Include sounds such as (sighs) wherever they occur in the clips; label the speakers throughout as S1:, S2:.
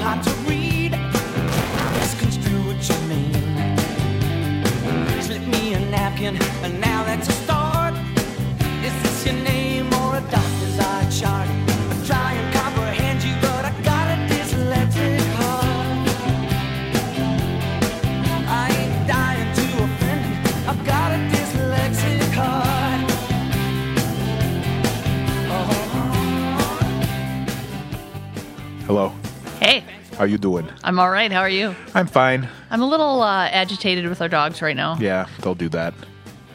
S1: hard to read. Misconstrue what you mean. Slip me a napkin, and now that's a start. Is this your name or a doctor's eye chart? I try and comprehend you, but I got a dyslexic heart. I ain't dying to offend. I've got a dyslexic heart.
S2: Hello.
S3: Hey,
S2: How you doing?
S3: I'm all right. How are you?
S2: I'm fine.
S3: I'm a little uh, agitated with our dogs right now.
S2: Yeah, they'll do that.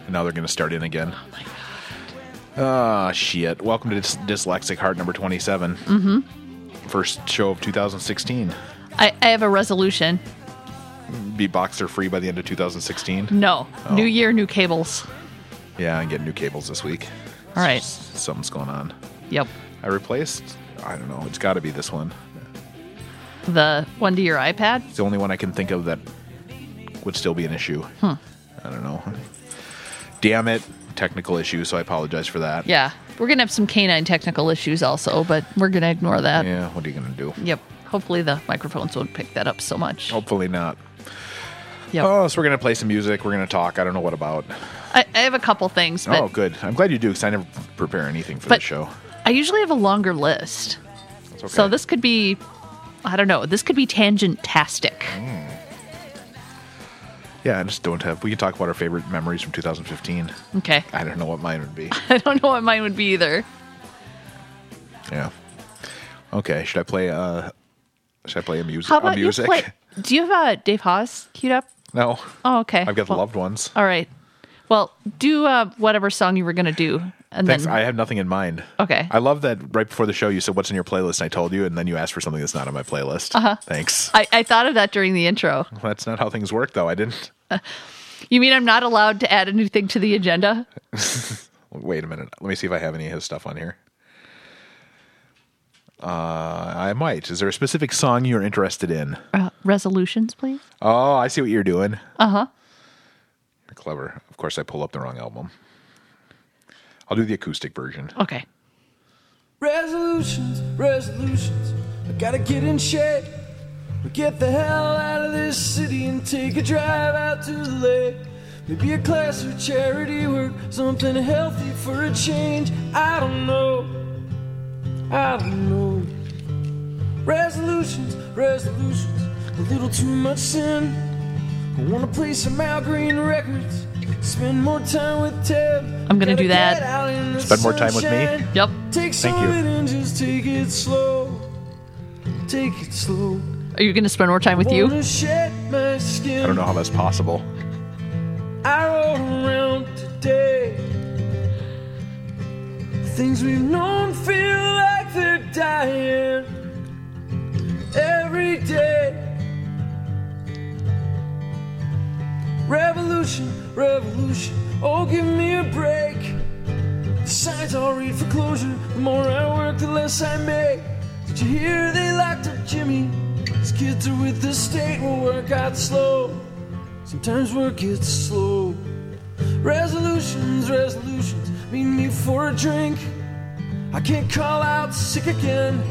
S2: And now they're going to start in again. Ah, shit. Welcome to Dys- Dyslexic Heart number 27. Mm-hmm. First show of 2016.
S3: I, I have a resolution.
S2: Be boxer free by the end of 2016.
S3: No, new year, new cables.
S2: Yeah, and get new cables this week.
S3: All right.
S2: S- Something's going on.
S3: Yep.
S2: I replaced, I don't know, it's got to be this one.
S3: The one to your iPad.
S2: It's the only one I can think of that would still be an issue. I don't know. Damn it. Technical issue, so I apologize for that.
S3: Yeah, we're gonna have some canine technical issues also, but we're gonna ignore that.
S2: Yeah, what are you going to do?
S3: Yep. Hopefully the microphones won't pick that up so much.
S2: Hopefully not.
S3: Yep.
S2: Oh, so we're gonna play some music. We're gonna talk. I don't know what about.
S3: I, I have a couple things, but
S2: oh, good. I'm glad you do because I never prepare anything for
S3: But-
S2: the show.
S3: I usually have a longer list.
S2: That's okay.
S3: So this could be, I don't know, this could be tangent tastic.
S2: Oh. yeah, I just don't have. We can talk about our favorite memories from 2015.
S3: Okay. (laughs)
S2: I don't know what mine would be.
S3: I don't know what mine would be either.
S2: yeah. Okay. Should I play? Uh, should I play a music?
S3: How about
S2: a music?
S3: you play? Do you have uh, Dave Haas queued up?
S2: (laughs) No.
S3: Oh, okay.
S2: I've got the
S3: Well, um,
S2: loved ones.
S3: All right. Well, do uh, whatever song you were gonna do, and
S2: Thanks.
S3: then
S2: I have nothing in mind.
S3: Okay.
S2: I love that right before the show you said what's in your playlist and I told you and then you asked for something that's not on my playlist. Uh-huh. Thanks. (laughs)
S3: I, I thought of that during the intro.
S2: That's not how things work though. I didn't.
S3: You mean I'm not allowed to add anything to the agenda?
S2: Wait a minute. Let me see if I have any of his stuff on here. Uh, I might. Is there a specific song you're interested in?
S3: Uh, resolutions, please.
S2: Oh, I see what you're doing. Uh huh. You're clever. Of course, I pull up the wrong album. I'll do the acoustic version.
S3: Okay.
S4: Resolutions, resolutions. I gotta get in shape. Or get the hell out of this city and take a drive out to the lake. Maybe a class or charity work, something healthy for a change. I don't know. I don't know. Resolutions, resolutions. A little too much sin. I wanna play some Al Green records. Spend more time with Ted.
S3: I'm gonna do that.
S2: Spend more time with me?
S3: Yep.
S4: Take some
S2: Thank you.
S4: of it and just take it slow. Take it slow.
S3: Are you gonna spend more time with you?
S4: Wanna shed my skin.
S2: I don't know how that's possible.
S4: I rode around today. Things we've known feel like they're dying every day. Revolution, revolution, oh give me a break. The signs all read for closure. The more I work, the less I make. Did you hear they locked up Jimmy? These kids are with the state, will work out slow. Sometimes work gets slow. Resolutions, resolutions, meet me for a drink. I can't call out sick again.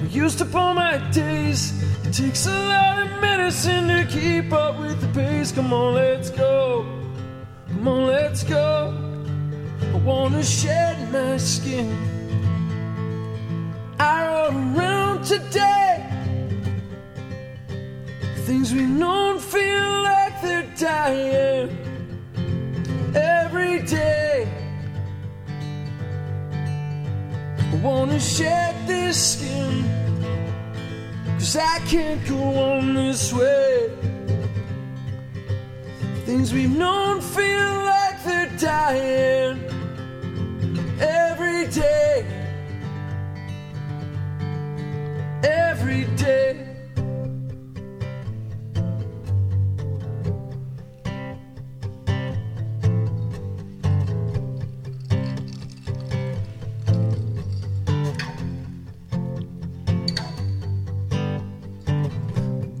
S4: I used up all my days. It takes a lot of medicine to keep up with the pace. Come on, let's go. Come on, let's go. I wanna shed my skin. I rode around today. Things we've known feel like they're dying every day. I wanna shed this skin, cause I can't go on this way. Things we've known feel like they're dying every day. Every day.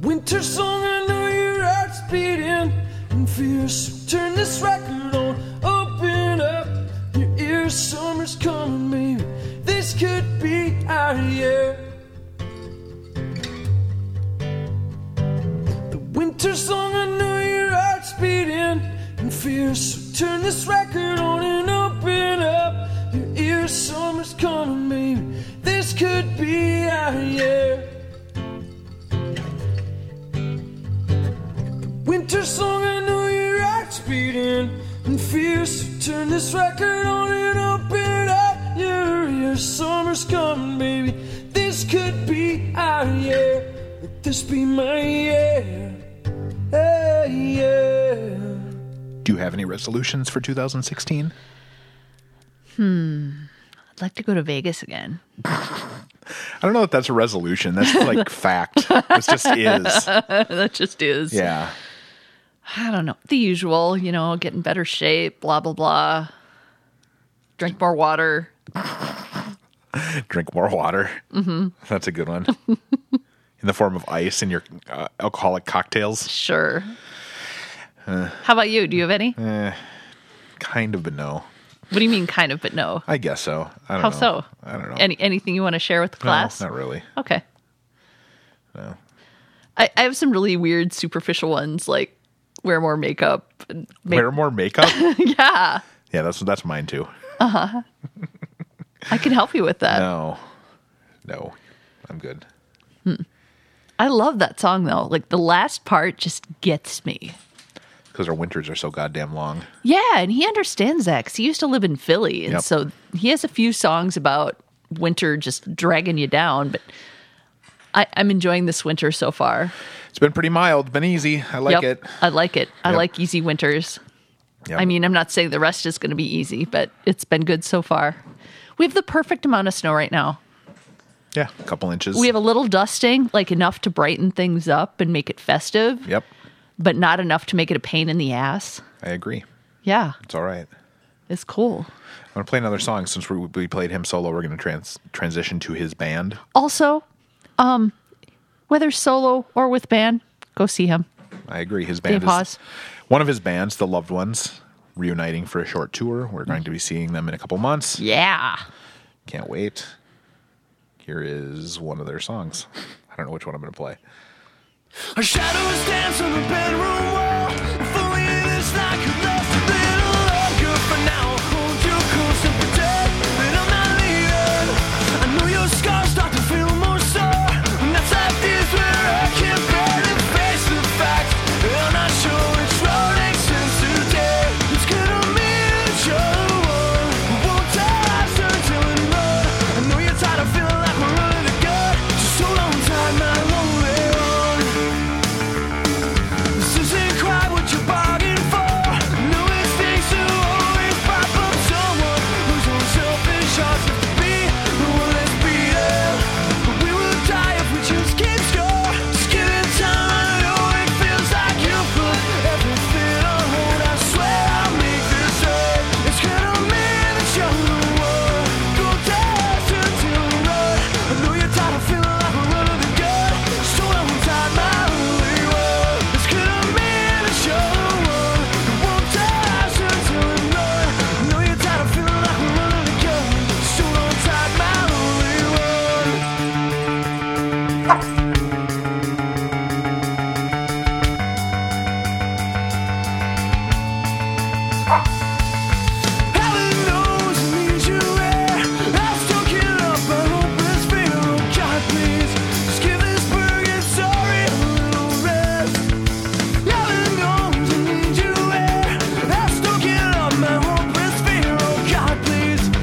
S4: Winter song, I know your heart's beating and fierce. Turn this record on, open up your ears. Summer's coming, maybe this could be our year. guitar song, I know your heart's beating in fear. So turn this record on and open up your ears. Summer's coming, baby. This could be our year. Winter song, I know your heart's beating and fierce. Turn this record on and open up your ears. Summer's coming, baby. This could be our year. Let this be my year. Hey, yeah.
S2: Do you have any resolutions for 2016?
S3: I'd like to go to Vegas again.
S2: I don't know if that's a resolution. That's like fact. It just is.
S3: that just is.
S2: Yeah.
S3: I don't know. The usual, you know, get in better shape, blah, blah, blah. Drink more water.
S2: Drink more water. Mm-hmm. That's a good one. in the form of ice in your uh, alcoholic cocktails.
S3: Sure.
S2: Uh.
S3: How about you? Do you have any? What
S2: Kind of, but no.
S3: do you mean kind of, but no?
S2: I guess so. I don't
S3: How
S2: know.
S3: so?
S2: I don't know.
S3: Any anything you want to share with the
S2: No,
S3: class?
S2: not really.
S3: Okay.
S2: No.
S3: I, I have some really weird superficial ones like wear more makeup. and Make,
S2: Wear more makeup.
S3: (laughs) yeah.
S2: yeah, that's that's mine too.
S3: I can help you with that.
S2: No, no, I'm good.
S3: I love that song though. Like the last part just gets me.
S2: Because our winters are so goddamn long.
S3: Yeah, and he understands that because he used to live in Philly, and
S2: Yep.
S3: so he has a few songs about winter just dragging you down. But I, I'm enjoying this winter so far.
S2: It's been pretty mild, been easy. I like
S3: Yep,
S2: it.
S3: I like it. I
S2: Yep.
S3: like easy winters.
S2: Yep.
S3: I mean, I'm not saying the rest is going to be easy, but it's been good so far. We have the perfect amount of snow right now.
S2: yeah, a couple inches.
S3: We have a little dusting, like enough to brighten things up and make it festive,
S2: yep,
S3: but not enough to make it a pain in the ass.
S2: I agree.
S3: Yeah,
S2: It's all right.
S3: it's cool.
S2: I'm gonna play another song since we, we played him solo. We're gonna trans transition to his band.
S3: Also, um, whether solo or with band, go see him.
S2: I agree. His
S3: Dave
S2: band
S3: Hawes.
S2: is one of his bands, the Loved Ones, reuniting for a short tour. We're going to be seeing them in a couple months.
S3: Yeah.
S2: Can't wait. Here is one of their songs. I don't know which one I'm gonna play.
S4: Our shadows dance on the bedroom wall. If only this night could last a little longer for now. Hold your close and pretend that I'm not leaving. I know your scars start to feel more sore. Nights like these where I can't bear to face the fact that I'm not sure which road extends today. It's gonna be each other one. We won't tell lies until it run. I know you're tired of feeling like we're running a gun. Just hold on tight, not lonely on. This isn't quite what you bargained for. No instincts to always pop from someone who's so selfish. Ours have to be, but well, let's be there. But we will die if we just can't score. Just give it time. I know it feels like you put everything on hold. I swear I'll make this right. It's gonna mean that you're the one. Go dance until we run. I know you're tired of feeling like we're running the gun. So I won't tie my only one. It's gonna mean that you're the one. It won't dance until we run. I know you're tired of feeling like we're running the gun. So I won't tie my only one.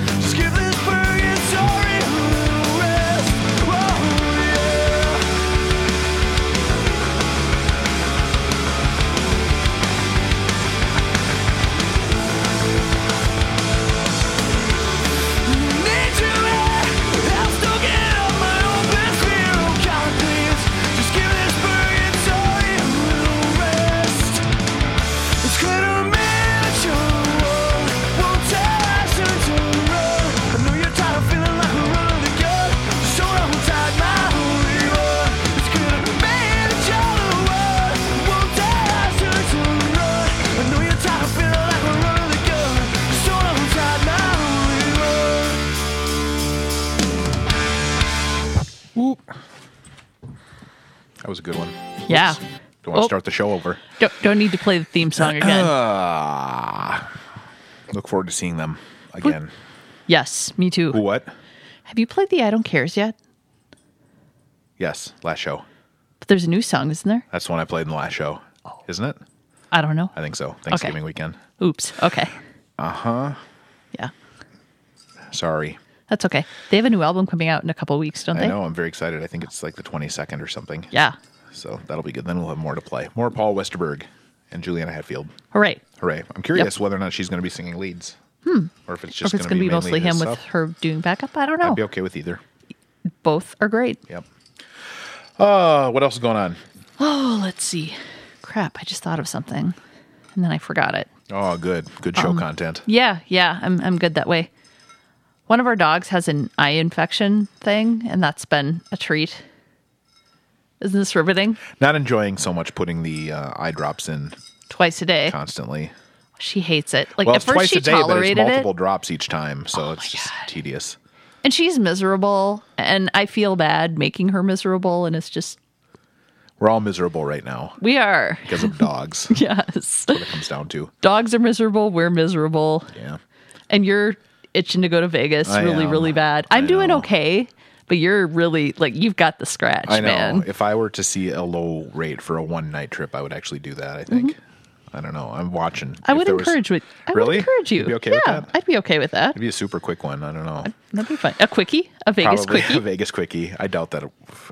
S4: Oh, Yeah. Feeling like we're running the gun, so I'm tired now. We run.
S2: Whoop. That was a good one.
S3: Yeah.
S2: Don't want to
S3: Oh.
S2: start the show over.
S3: Don't, don't need to play the theme song again.
S2: (clears throat) Look forward to seeing them again.
S3: yes, me too.
S2: What?
S3: Have you played the I Don't Cares yet?
S2: Yes, last show.
S3: But there's a new song, isn't there?
S2: That's the one I played in the last show, isn't it?
S3: I don't know.
S2: I think so. Thanksgiving weekend.
S3: Oops. Okay. Uh huh.
S2: Uh-huh.
S3: Yeah,
S2: Sorry.
S3: that's okay. They have a new album coming out in a couple weeks, don't
S2: I
S3: they?
S2: know. I'm very excited. I think it's like the 22nd or something.
S3: Yeah.
S2: So that'll be good. Then we'll have more to play. More Paul Westerberg and Juliana Hatfield.
S3: Hooray.
S2: Hooray. I'm curious whether or not she's going to be singing leads. Or if it's
S3: Hmm. Or if
S2: just
S3: it's
S2: going to be,
S3: going to be
S2: mainly
S3: mostly
S2: his
S3: him with
S2: stuff.
S3: her doing backup, I don't know.
S2: I'd be okay with either.
S3: Both are great.
S2: Yep. Uh, what else is going on?
S3: Oh, let's see. Crap, I just thought of something and then I forgot it.
S2: Oh, good. Good
S3: Um,
S2: show content.
S3: Yeah, yeah, I'm I'm good that way. One of our dogs has an eye infection thing, and that's been a treat. Isn't this riveting?
S2: Not enjoying so much putting the uh, eye drops in
S3: Twice a day,
S2: constantly.
S3: she hates it. Like
S2: Well,
S3: at
S2: it's
S3: first
S2: twice
S3: she
S2: a day, but it's
S3: tolerated
S2: multiple
S3: it, Oh
S2: drops each time, so it's just tedious.
S3: and she's miserable, and I feel bad making her miserable, and it's just
S2: We're all miserable right now
S3: we are. (laughs)
S2: because of dogs. it
S3: Yes,
S2: comes down to
S3: dogs are miserable. We're miserable.
S2: yeah.
S3: and you're itching to go to Vegas
S2: I
S3: really,
S2: am.
S3: really bad. I'm
S2: I
S3: doing
S2: know.
S3: okay, but you're really like you've got the scratch,
S2: I know.
S3: man.
S2: If I were to see a low rate for a one night trip, I would actually do that. I think. I don't know. I'm watching.
S3: Mm-hmm. I
S2: If
S3: would
S2: there was-
S3: encourage with I
S2: Really?
S3: would encourage you.
S2: You'd be okay
S3: yeah,
S2: with that?
S3: I'd be okay with that.
S2: It'd be a super quick one. I don't know.
S3: That'd be fun. A quickie, a Vegas
S2: Probably a (laughs)
S3: quickie.
S2: Vegas quickie. I doubt that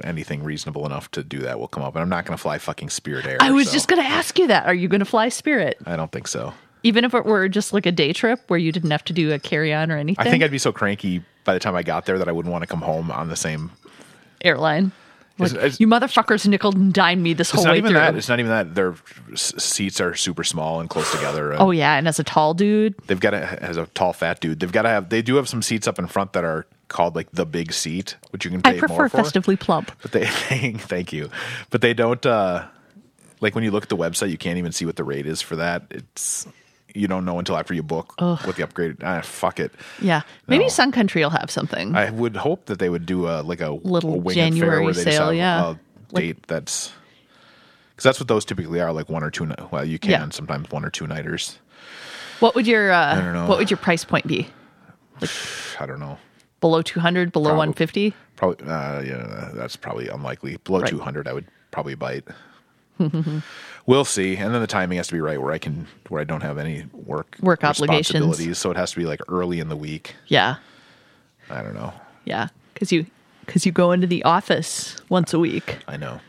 S2: anything reasonable enough to do that will come up. And I'm not going to fly fucking Spirit Air.
S3: I was
S2: so
S3: just gonna ask you that. Are you gonna fly Spirit,
S2: I don't think so.
S3: even if it were just like a day trip where you didn't have to do a carry on or anything?
S2: I think I'd be so cranky by the time I got there that I wouldn't want to come home on the same.
S3: Oh, airline. Like,
S2: It's- it's-
S3: you motherfuckers nickel and dime me this
S2: It's
S3: whole
S2: not
S3: way
S2: even
S3: through.
S2: that. It's not even that. Their s- seats are super small and close together. and
S3: oh yeah, and as a tall dude,
S2: They've got to as a tall fat dude. They've got to have. They do have some seats up in front that are called like the big seat, which you can pay
S3: I
S2: more
S3: prefer
S2: for.
S3: festively plump.
S2: But they (laughs) thank you. But they don't. uh Like when you look at the website, you can't even see what the rate is for that. It's you don't know until after you book what the upgrade. Ah, fuck it.
S3: Yeah, maybe
S2: No.
S3: Sun Country will have something.
S2: I would hope that they would do a like a
S3: Little
S2: a wing
S3: January
S2: and fair where they just
S3: sale,
S2: have
S3: yeah.
S2: a
S3: Like-
S2: date that's because that's what those typically are like one or two. ni- Well, you can
S3: Yeah.
S2: sometimes one or two nighters.
S3: What would your uh,
S2: don't know.
S3: what would your price point be?
S2: I don't know.
S3: Below 200, below
S2: Probably.
S3: 150?
S2: Probably uh, yeah, that's probably unlikely. Below
S3: Right.
S2: two hundred, I would probably bite. (laughs) we'll see, and then the timing has to be right where I can where I don't have any work
S3: Work obligations.
S2: responsibilities. So it has to be like early in the week.
S3: Yeah.
S2: I don't know.
S3: Yeah, cuz you cuz you go into the office once a week.
S2: I know.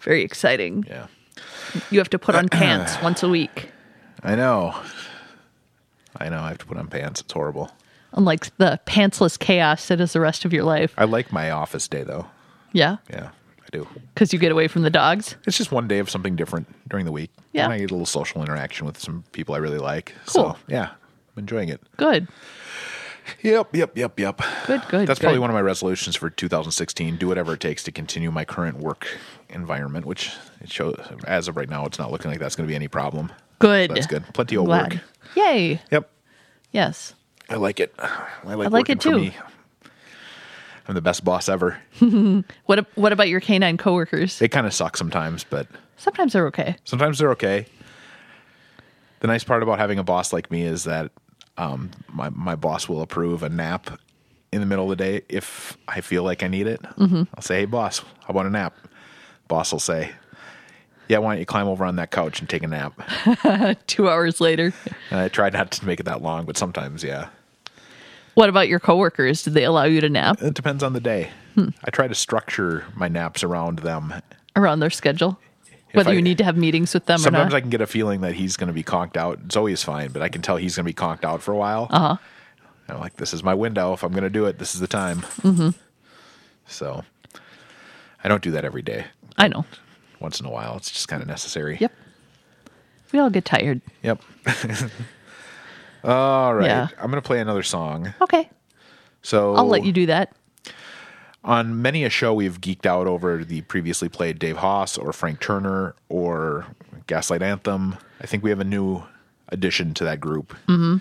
S3: Very exciting.
S2: Yeah,
S3: You have to put
S2: (clears throat)
S3: on pants once a week.
S2: I know. I know. I have to put on pants. It's horrible.
S3: Unlike the pantsless chaos that is the rest of your life.
S2: I like my office day though.
S3: Yeah,
S2: Yeah, I do.
S3: cuz you get away from the dogs.
S2: It's just one day of something different during the week.
S3: Yeah.
S2: And I get a little social interaction with some people I really like. So,
S3: Cool.
S2: yeah, I'm enjoying it.
S3: Good.
S2: Yep, yep, yep, yep.
S3: Good, good.
S2: That's probably
S3: good.
S2: one of my resolutions for 2016. Do whatever it takes to continue my current work environment, which it shows as of right now, it's not looking like that's going to be any problem.
S3: Good.
S2: That's good. Plenty
S3: I'm
S2: of
S3: Glad.
S2: work.
S3: Yay.
S2: Yep.
S3: Yes.
S2: I like it. I like,
S3: I like it
S2: working for
S3: too.
S2: me. I'm the best boss ever.
S3: What ab- what about your canine coworkers?
S2: They kind of suck sometimes, but
S3: Sometimes they're okay.
S2: Sometimes they're okay. The nice part about having a boss like me is that um, my my boss will approve a nap in the middle of the day if I feel like I need it. I'll say, "Hey, boss, how about a nap?" Boss will say, "Yeah, why don't you climb over on that couch and take a nap?"
S3: 2 hours later.
S2: And I try not to make it that long, but sometimes, yeah,
S3: What about your coworkers? Did they allow you to nap
S2: it depends on the day. I try to structure my naps around them.
S3: around their schedule? Whether
S2: I-
S3: you need to have meetings with them or not.
S2: Sometimes I can get a feeling that he's going to be conked out. Zoe's fine, but I can tell he's going to be conked out for a while. Uh
S3: Uh-huh.
S2: huh. I'm like, this is my window. If I'm going to do it, this is the time. Mm-hmm. So I don't do that every day.
S3: I know.
S2: Once in a while, it's just kind of necessary.
S3: Yep. We all get tired.
S2: Yep. (laughs) All right.
S3: Yeah.
S2: I'm going to play another song.
S3: Okay.
S2: So
S3: I'll let you do that.
S2: on many a show we've geeked out over the previously played Dave Haas or Frank Turner or Gaslight Anthem. I think we have a new addition to that group. Mm-hmm.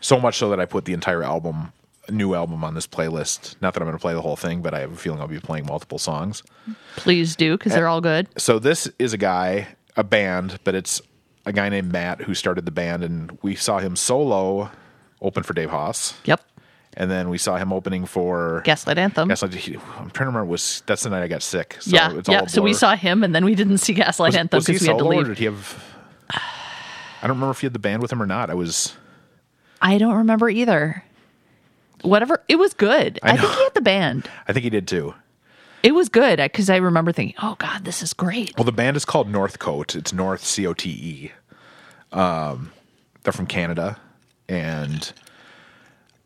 S2: So much so that I put the entire album new album on this playlist. Not that I'm going to play the whole thing, but I have a feeling I'll be playing multiple songs.
S3: Please do because they're all good.
S2: So this is a guy, a band, but it's a guy named Matt who started the band, and we saw him solo open for Dave Haas,
S3: Yep.
S2: and then we saw him opening for
S3: Gaslight Anthem.
S2: Gaslight- he- I'm trying to remember. Was that's the night I got sick? So
S3: yeah.
S2: it's all
S3: yeah.
S2: a
S3: So we
S2: blur.
S3: saw him and then we didn't see Gaslight
S2: Was-
S3: Anthem
S2: was he
S3: because we had to
S2: solo, or
S3: leave.
S2: Did he have? I don't remember if he had the band with him or not. I was.
S3: I don't remember either. Whatever. It was good. I,
S2: I
S3: think
S2: know.
S3: he had the band.
S2: I think he did too.
S3: It was good because I remember thinking, oh, God, this is great.
S2: Well, the band is called Northcote. It's North C O T E. Um, they're from Canada, and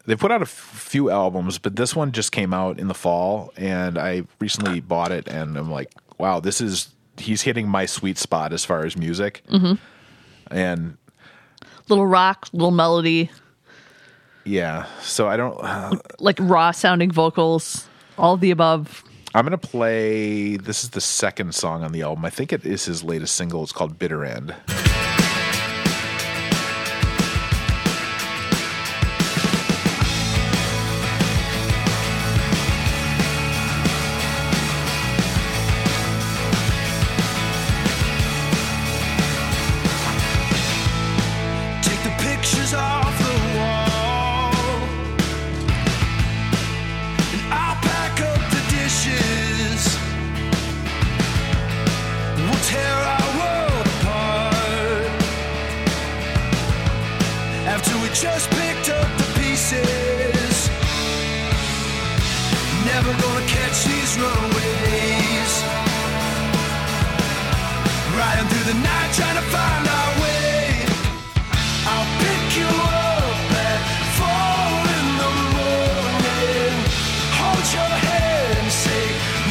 S2: they put out a f- few albums, but this one just came out in the fall, and I recently bought it, and I'm like, wow, this is he's hitting my sweet spot as far as music, and
S3: Little rock, little melody,
S2: yeah, so I don't. (sighs)
S3: like raw sounding vocals, all the above.
S2: I'm gonna play. This is the second song on the album. I think it is his latest single. It's called "Bitter End." (laughs)
S4: Take the pictures off the wall. And I'll pack up the dishes. We'll tear our world apart. After we just picked up the pieces. Never gonna catch these runaways. Riding through the night trying to find our way. I'll pick you up at four in the morning. Hold your head and say,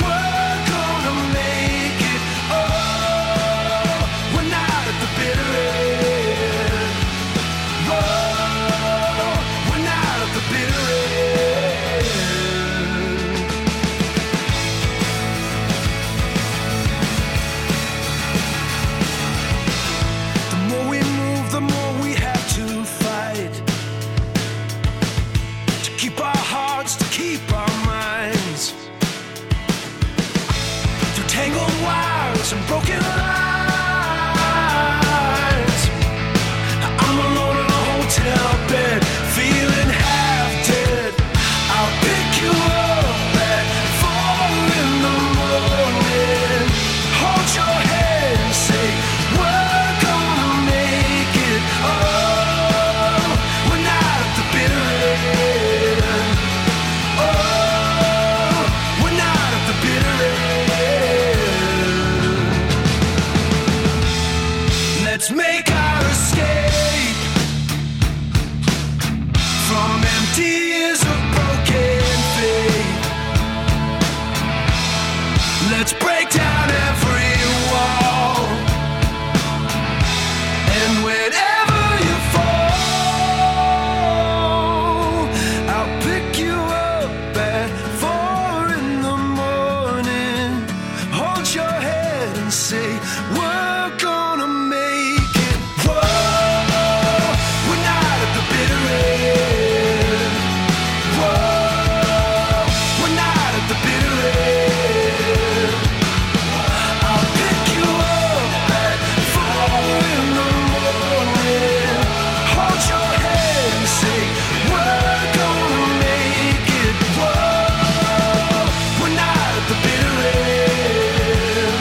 S4: We're gonna make it. Oh, we're not at the bitter end. Oh, we're not at the bitter end. The more we move, the more we have to fight. To keep our hearts, to keep our minds. Through tangled wires and broken lines. I'm alone in a hotel bed, feeling half dead. I'll pick you up at four in the morning. Hold your head and say, We're gonna make it. Oh, we're not at the bitter end. Oh, we're not at the bitter end. Let's make our escape from empties of broken faith. Let's break down every wall. And whenever you fall, I'll pick you up at four in the morning. Hold your head and say, We're gonna make it. Whoa, we're not at the bitter end. Whoa, we're not at the bitter end. I'll pick you up at four in the morning. Hold your head and say, We're gonna make it. Whoa, we're not at the bitter end.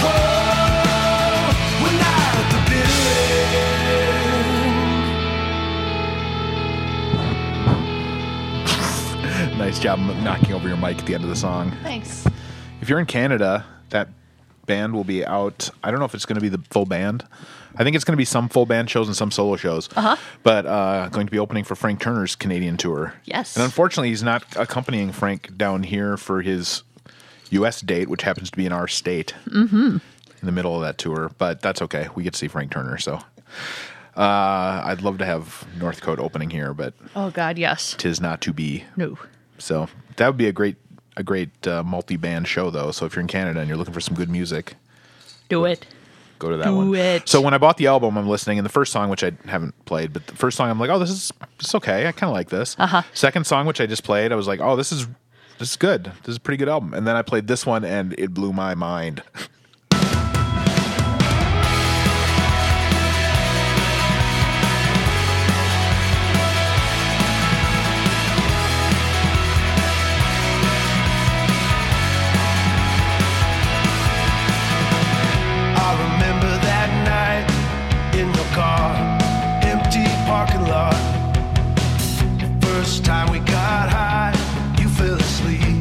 S4: Whoa, we're not at the bitter end.
S2: Nice job knocking over your mic at the end of the song.
S3: Thanks.
S2: If you're in Canada, that band will be out. I don't know if it's going to be the full band. I think it's going to be some full band shows and some solo shows. Uh-huh. But uh, going to be opening for Frank Turner's Canadian tour.
S3: Yes.
S2: And unfortunately, he's not accompanying Frank down here for his U.S. date, which happens to be in our state. Mm-hmm. In the middle of that tour, but that's okay. We get to see Frank Turner, so. Uh, I'd love to have Northcote opening here, but
S3: Oh, God, yes.
S2: tis not to be.
S3: No.
S2: So that would be a great a great uh, multi band show though. So if you're in Canada and you're looking for some good music,
S3: Do it.
S2: Go to that
S3: Do
S2: one.
S3: it.
S2: So when I bought the album, I'm listening, and the first song, which I haven't played, but the first song, I'm like, oh, this is it's okay. I kind of like this. Uh-huh. Second song, which I just played, I was like, oh, this is this is good. This is a pretty good album. And then I played this one, and it blew my mind.
S4: I remember that night in your car, empty parking lot. First time we got high, you fell asleep.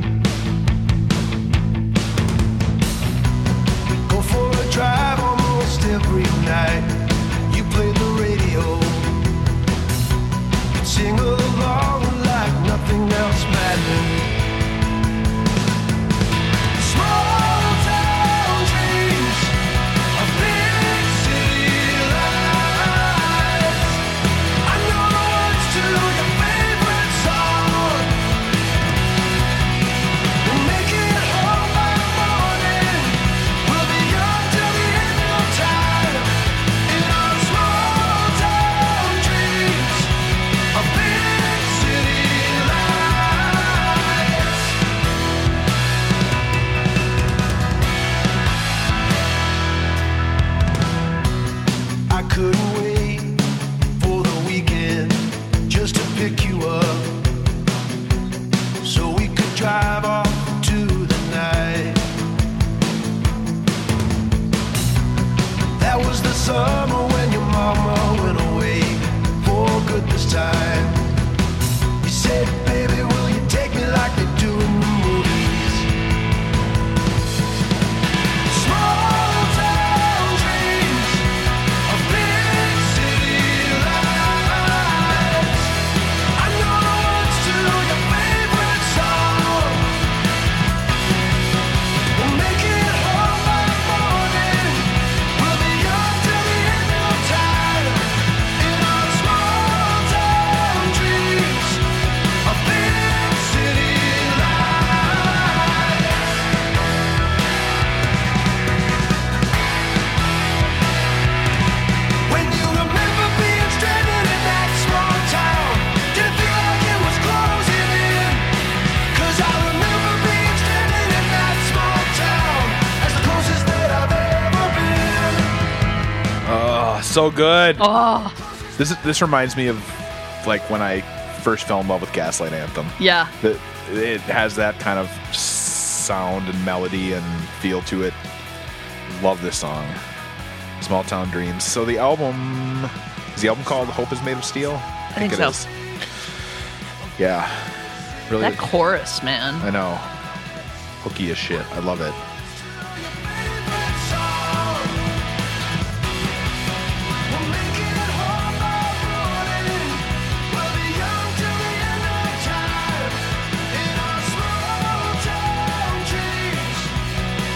S4: We go for a drive almost every night. You play the radio, you'd sing along like nothing else mattered. Small town dreams. Of big city lights. I know it's to your favorite song. We'll make it home by morning. We'll be young till the end of time. In our small town dreams of big city lights. I couldn't wait for the weekend just to pick you up so we could drive off to the night. That was the summer when your mama went away for good this time. You said, Baby, will you take me like they do in the movies? Small town dreams. Of big city lights. I know it's to your favorite song. We'll make it home by morning. We'll be young till the end of time. In our small town dreams of big city lights. When you remember being stranded in that small town, did it feel like it was closing in? 'Cause I remember being stranded in that small town, as the closest that I've ever been.
S2: Oh, so good.
S3: Oh,
S2: This is, this reminds me of like when I first fell in love with Gaslight Anthem.
S3: yeah.
S2: That it has that kind of sound and melody and feel to it. Love this song. Small Town Dreams. So the album is the album called Hope Is Made of Steel. I
S3: think
S2: it
S3: so.
S2: is. Yeah. Really
S3: That chorus, man.
S2: I know. Hooky as shit. I love it.
S4: Favorite song. We'll make it home by morning. We'll be young till the end of time. In our small town dreams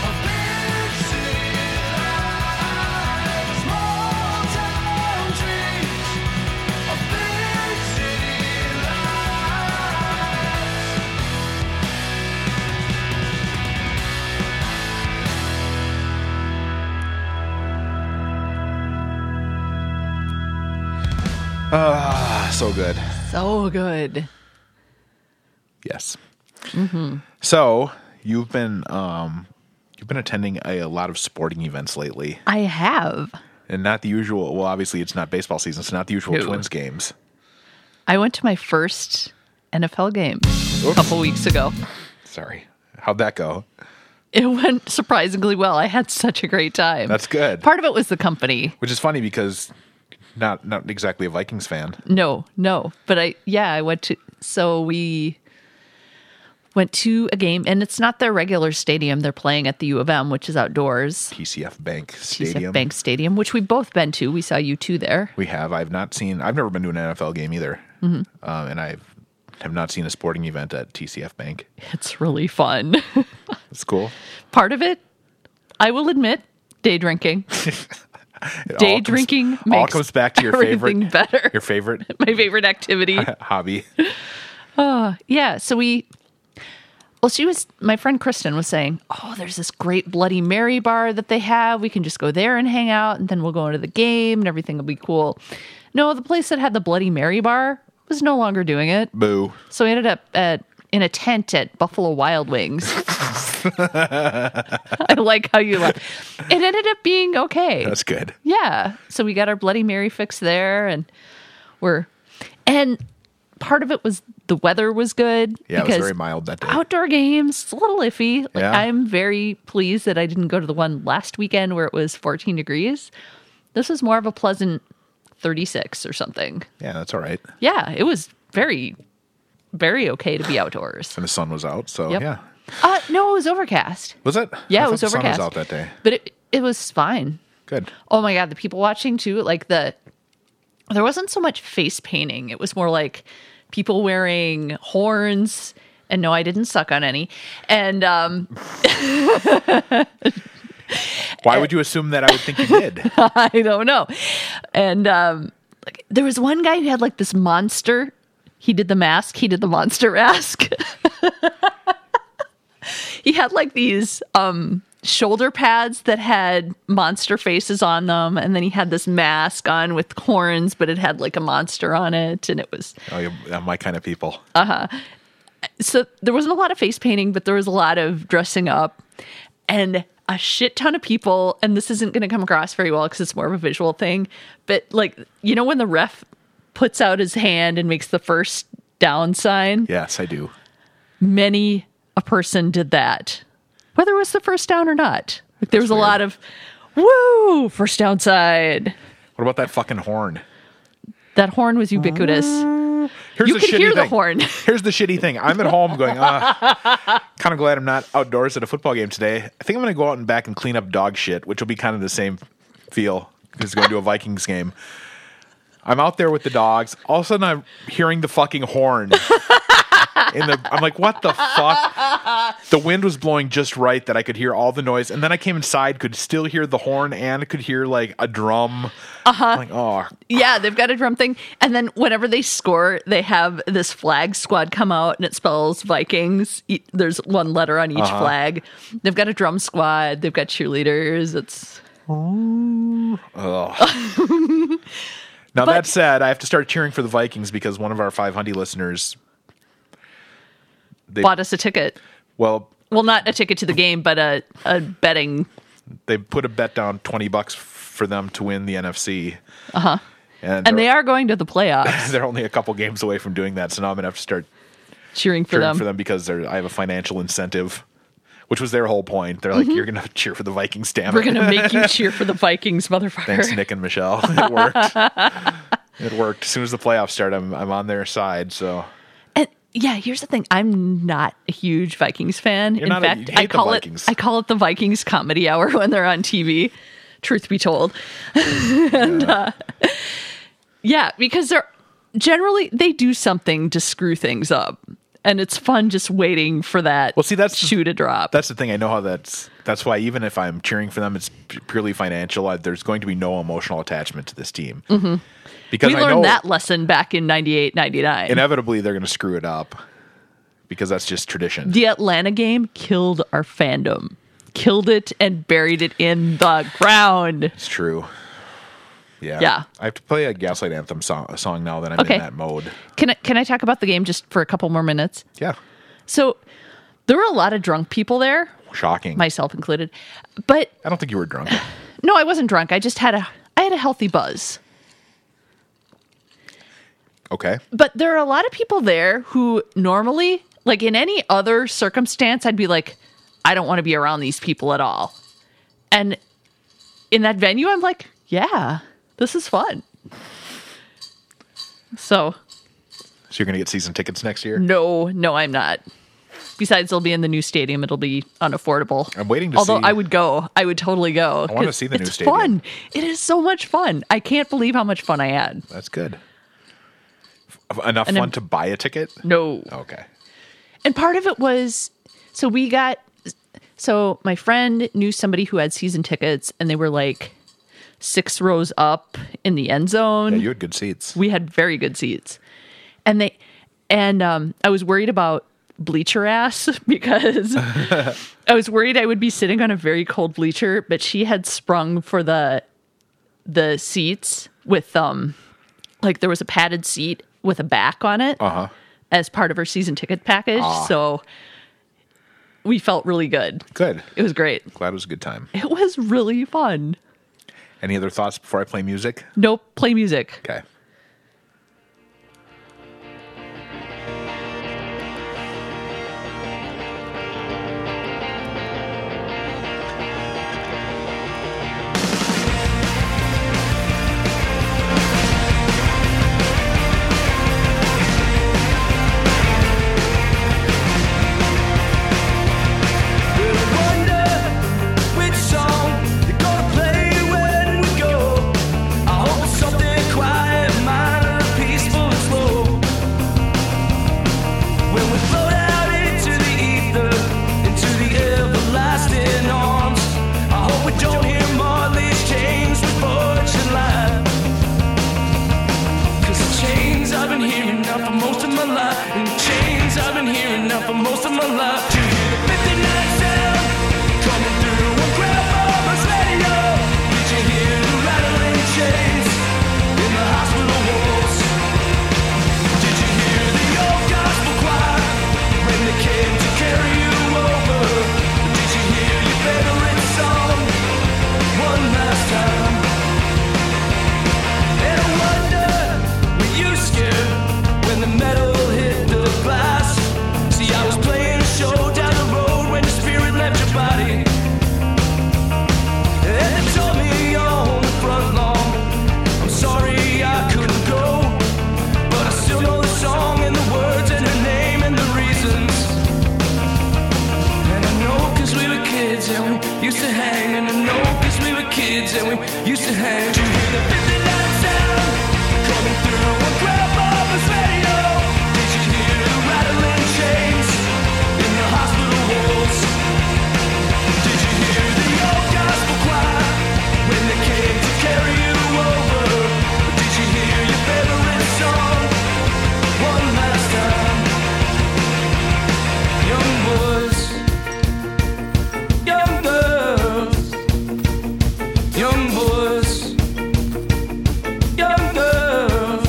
S4: of big city lights. Small town dreams of big city lights.
S2: Ah, so good.
S3: So good.
S2: Yes.
S3: Mm-hmm.
S2: So you've been um, you've been attending a, a lot of sporting events lately,
S3: I have.
S2: and not the usual. Well, obviously it's not baseball season, so not the usual
S3: No.
S2: Twins games.
S3: I went to my first NFL game a couple weeks ago.
S2: Sorry, how'd that go?
S3: It went surprisingly well. I had such a great time.
S2: That's good.
S3: Part of it was the company.
S2: Which is funny because not not exactly a Vikings fan.
S3: No, no. But I, yeah, I went to, so we went to a game and it's not their regular stadium. They're playing at the U of M, which is outdoors,
S2: TCF Bank Stadium.
S3: TCF Bank Stadium, which we've both been to. We saw you two there.
S2: We have. I've not seen. I've never been to an NFL game either,
S3: Mm-hmm.
S2: um, and I have not seen a sporting event at TCF Bank.
S3: It's really fun. (laughs)
S2: It's cool.
S3: Part of it, I will admit, day drinking.
S2: It
S3: Day
S2: all comes-
S3: drinking
S2: all
S3: makes
S2: comes back to your
S3: (laughs) everything
S2: favorite
S3: better. (laughs)
S2: Your favorite (laughs)
S3: My favorite activity.
S2: hobby.
S3: Yeah, so we Well, she was, my friend Kristen was saying, Oh, there's this great Bloody Mary bar that they have. We can just go there and hang out, and then we'll go into the game and everything will be cool. No, the place that had the Bloody Mary bar was no longer doing it.
S2: Boo.
S3: So we ended up at, in a tent at Buffalo Wild Wings. (laughs) I like how you laugh. It ended up being okay.
S2: That's good.
S3: Yeah. So we got our Bloody Mary fix there and we're and part of it was the weather was good.
S2: Yeah, it was
S3: because
S2: very mild that day.
S3: Outdoor games, it's a little iffy. Like
S2: Yeah.
S3: I'm very pleased that I didn't go to the one last weekend where it was 14 degrees. This was more of a pleasant 36 or something.
S2: Yeah, that's all right.
S3: Yeah, it was very very okay to be outdoors.
S2: (laughs) And the sun was out, so
S3: Yep.
S2: yeah.
S3: Uh no, it was overcast.
S2: Was it?
S3: Yeah,
S2: I
S3: it
S2: thought
S3: was
S2: the
S3: overcast.
S2: Sun was out that day.
S3: But it, it was fine.
S2: Good.
S3: Oh my god, the people watching too, like the there wasn't so much face painting. It was more like people wearing horns and no, I didn't suck on any. And um
S2: Why would you assume that I would think you did?
S3: (laughs) I don't know. And um like, there was one guy who had like this monster. He did the mask, he did the monster mask. (laughs) he had like these um shoulder pads that had monster faces on them and then he had this mask on with horns but it had like a monster on it and it was
S2: oh, you're- I'm my kind of people.
S3: so there wasn't a lot of face painting, but there was a lot of dressing up and a shit ton of people. And this isn't going to come across very well because it's more of a visual thing. But like, you know, when the ref puts out his hand and makes the first down sign,
S2: yes, I do.
S3: many a person did that, whether it was the first down or not. Like, there was
S2: That's
S3: a
S2: weird.
S3: lot of woo first down sign.
S2: What about that fucking horn?
S3: That horn was ubiquitous.
S2: Here's
S3: You
S2: the
S3: could
S2: shitty
S3: hear the
S2: thing.
S3: horn.
S2: (laughs) Here's the shitty thing. I'm at home going, ah, kind of glad I'm not outdoors at a football game today. I think I'm going to go out and back and clean up dog shit, which will be kind of the same feel as going to a Vikings game. I'm out there with the dogs. All of a sudden, I'm hearing the fucking horn. In the, I'm like, what the fuck? The wind was blowing just right that I could hear all the noise, and then I came inside, could still hear the horn, and could hear like a drum. Uh
S3: Uh-huh.
S2: huh. Like, oh,
S3: Yeah, they've got a drum thing. And then whenever they score, they have this flag squad come out and it spells Vikings. E- There's one letter on each
S2: Uh-huh.
S3: flag. They've got a drum squad. They've got cheerleaders. It's
S2: Now
S3: But-
S2: that said, I have to start cheering for the Vikings because one of our 500 listeners, They-
S3: bought us a ticket.
S2: well,
S3: Well, not a ticket to the game, but a, a betting.
S2: they put a bet down 20 bucks for them to win the NFC. Uh huh. And,
S3: Uh-huh. And they are going to the playoffs,
S2: (laughs) they're only a couple games away from doing that, so now I'm gonna have to start
S3: cheering for
S2: cheering
S3: them.
S2: for them because they're, I have a financial incentive, which was their whole point. They're like, "You're gonna (laughs) cheer for the Vikings, damn
S3: Mm-hmm. We're
S2: it."
S3: going to make you cheer for the Vikings,
S2: (laughs)
S3: motherfucker. (laughs)
S2: Thanks, Nick and Michelle. (laughs) It worked. it worked. As soon as the playoffs start, I'm I'm on their side. So
S3: And yeah, here's the thing. I'm not a huge Vikings fan. In
S2: not a-
S3: fact,
S2: you
S3: I
S2: hate the
S3: call it
S2: Vikings.
S3: I call it the Vikings comedy hour when they're on TV. Truth be told, (laughs) And, uh, yeah, because they're generally they do something to screw things up, and it's fun just waiting for that.
S2: Well, see, that's the-
S3: shoe to drop.
S2: That's the thing. I know how that's. That's why even if I'm cheering for them, it's p- purely financial. I, there's going to be no emotional attachment to this team mm-hmm. because
S3: we
S2: I know
S3: learned that lesson back in 98, 99.
S2: inevitably they're going to screw it up because that's just tradition.
S3: the Atlanta game killed our fandom, killed it, and buried it in the ground.
S2: It's true. Yeah.
S3: Yeah.
S2: I have to play a Gaslight Anthem song, a song now that I'm
S3: Okay.
S2: in that mode.
S3: Can I, can I talk about the game just for a couple more minutes?
S2: Yeah.
S3: So there were a lot of drunk people there,
S2: Shocking.
S3: myself included. But
S2: I don't think you were
S3: (laughs)
S2: drunk.
S3: no, I wasn't drunk. I just had a I had a healthy buzz.
S2: Okay.
S3: But there are a lot of people there who normally, like in any other circumstance, I'd be like, I don't want to be around these people at all. And in that venue, I'm like, yeah, this is fun. So
S2: So you're going to get season tickets next year.
S3: No, no, I'm not. Besides, they'll be in the new stadium. It'll be unaffordable.
S2: I'm waiting to
S3: Although
S2: see-
S3: I would go. I would totally go.
S2: wanna
S3: 'cause
S2: see the new
S3: it's
S2: stadium.
S3: fun. It is so much fun. I can't believe how much fun I had.
S2: That's good. F- enough
S3: And
S2: fun
S3: I'm-
S2: to buy a ticket.
S3: No.
S2: Okay.
S3: And part of it was so we got so my friend knew somebody who had season tickets and they were like six rows up in the end zone.
S2: Yeah, you had good seats.
S3: we had very good seats and they and um i was worried about bleacher ass (laughs) because I was worried I would be sitting on a very cold bleacher, but she had sprung for the the seats with um like there was a padded seat with a back on it
S2: Uh huh.
S3: as part of her season ticket package.
S2: Ah.
S3: So we felt really good.
S2: Good.
S3: It was great.
S2: Glad it was a good time.
S3: It was really fun.
S2: Any other thoughts before I play music?
S3: Nope, play music.
S2: Okay.
S4: Don't hear Marley's chains with fortune line. Cause the chains I've been hearing now for most of my life. And the chains I've been hearing now for most of my life. Do you hear the 59 sound coming through on grandmama's radio? Did you hear the rattling chains in the hospital walls? Did you hear the old gospel choir when they came to carry you over? Did you hear your favorite song one last time? And I wonder, were you scared when the metal hit the glass? See, I was playing a show down the road when the spirit left your body. And they told me on the front lawn, I'm sorry I couldn't go. But I still know the song and the words and the name and the reasons. And I know 'cause we were kids and we used to hang. And I know 'cause we were kids and we used to hang. Did you hear the 59 sound coming through on grandpapa's radio? Did you hear the rattling chains in the hospital walls? Did you hear the old gospel choir when they came to carry you over? Did you hear your favorite song one last time? Young boys young girls, young boys, young girls,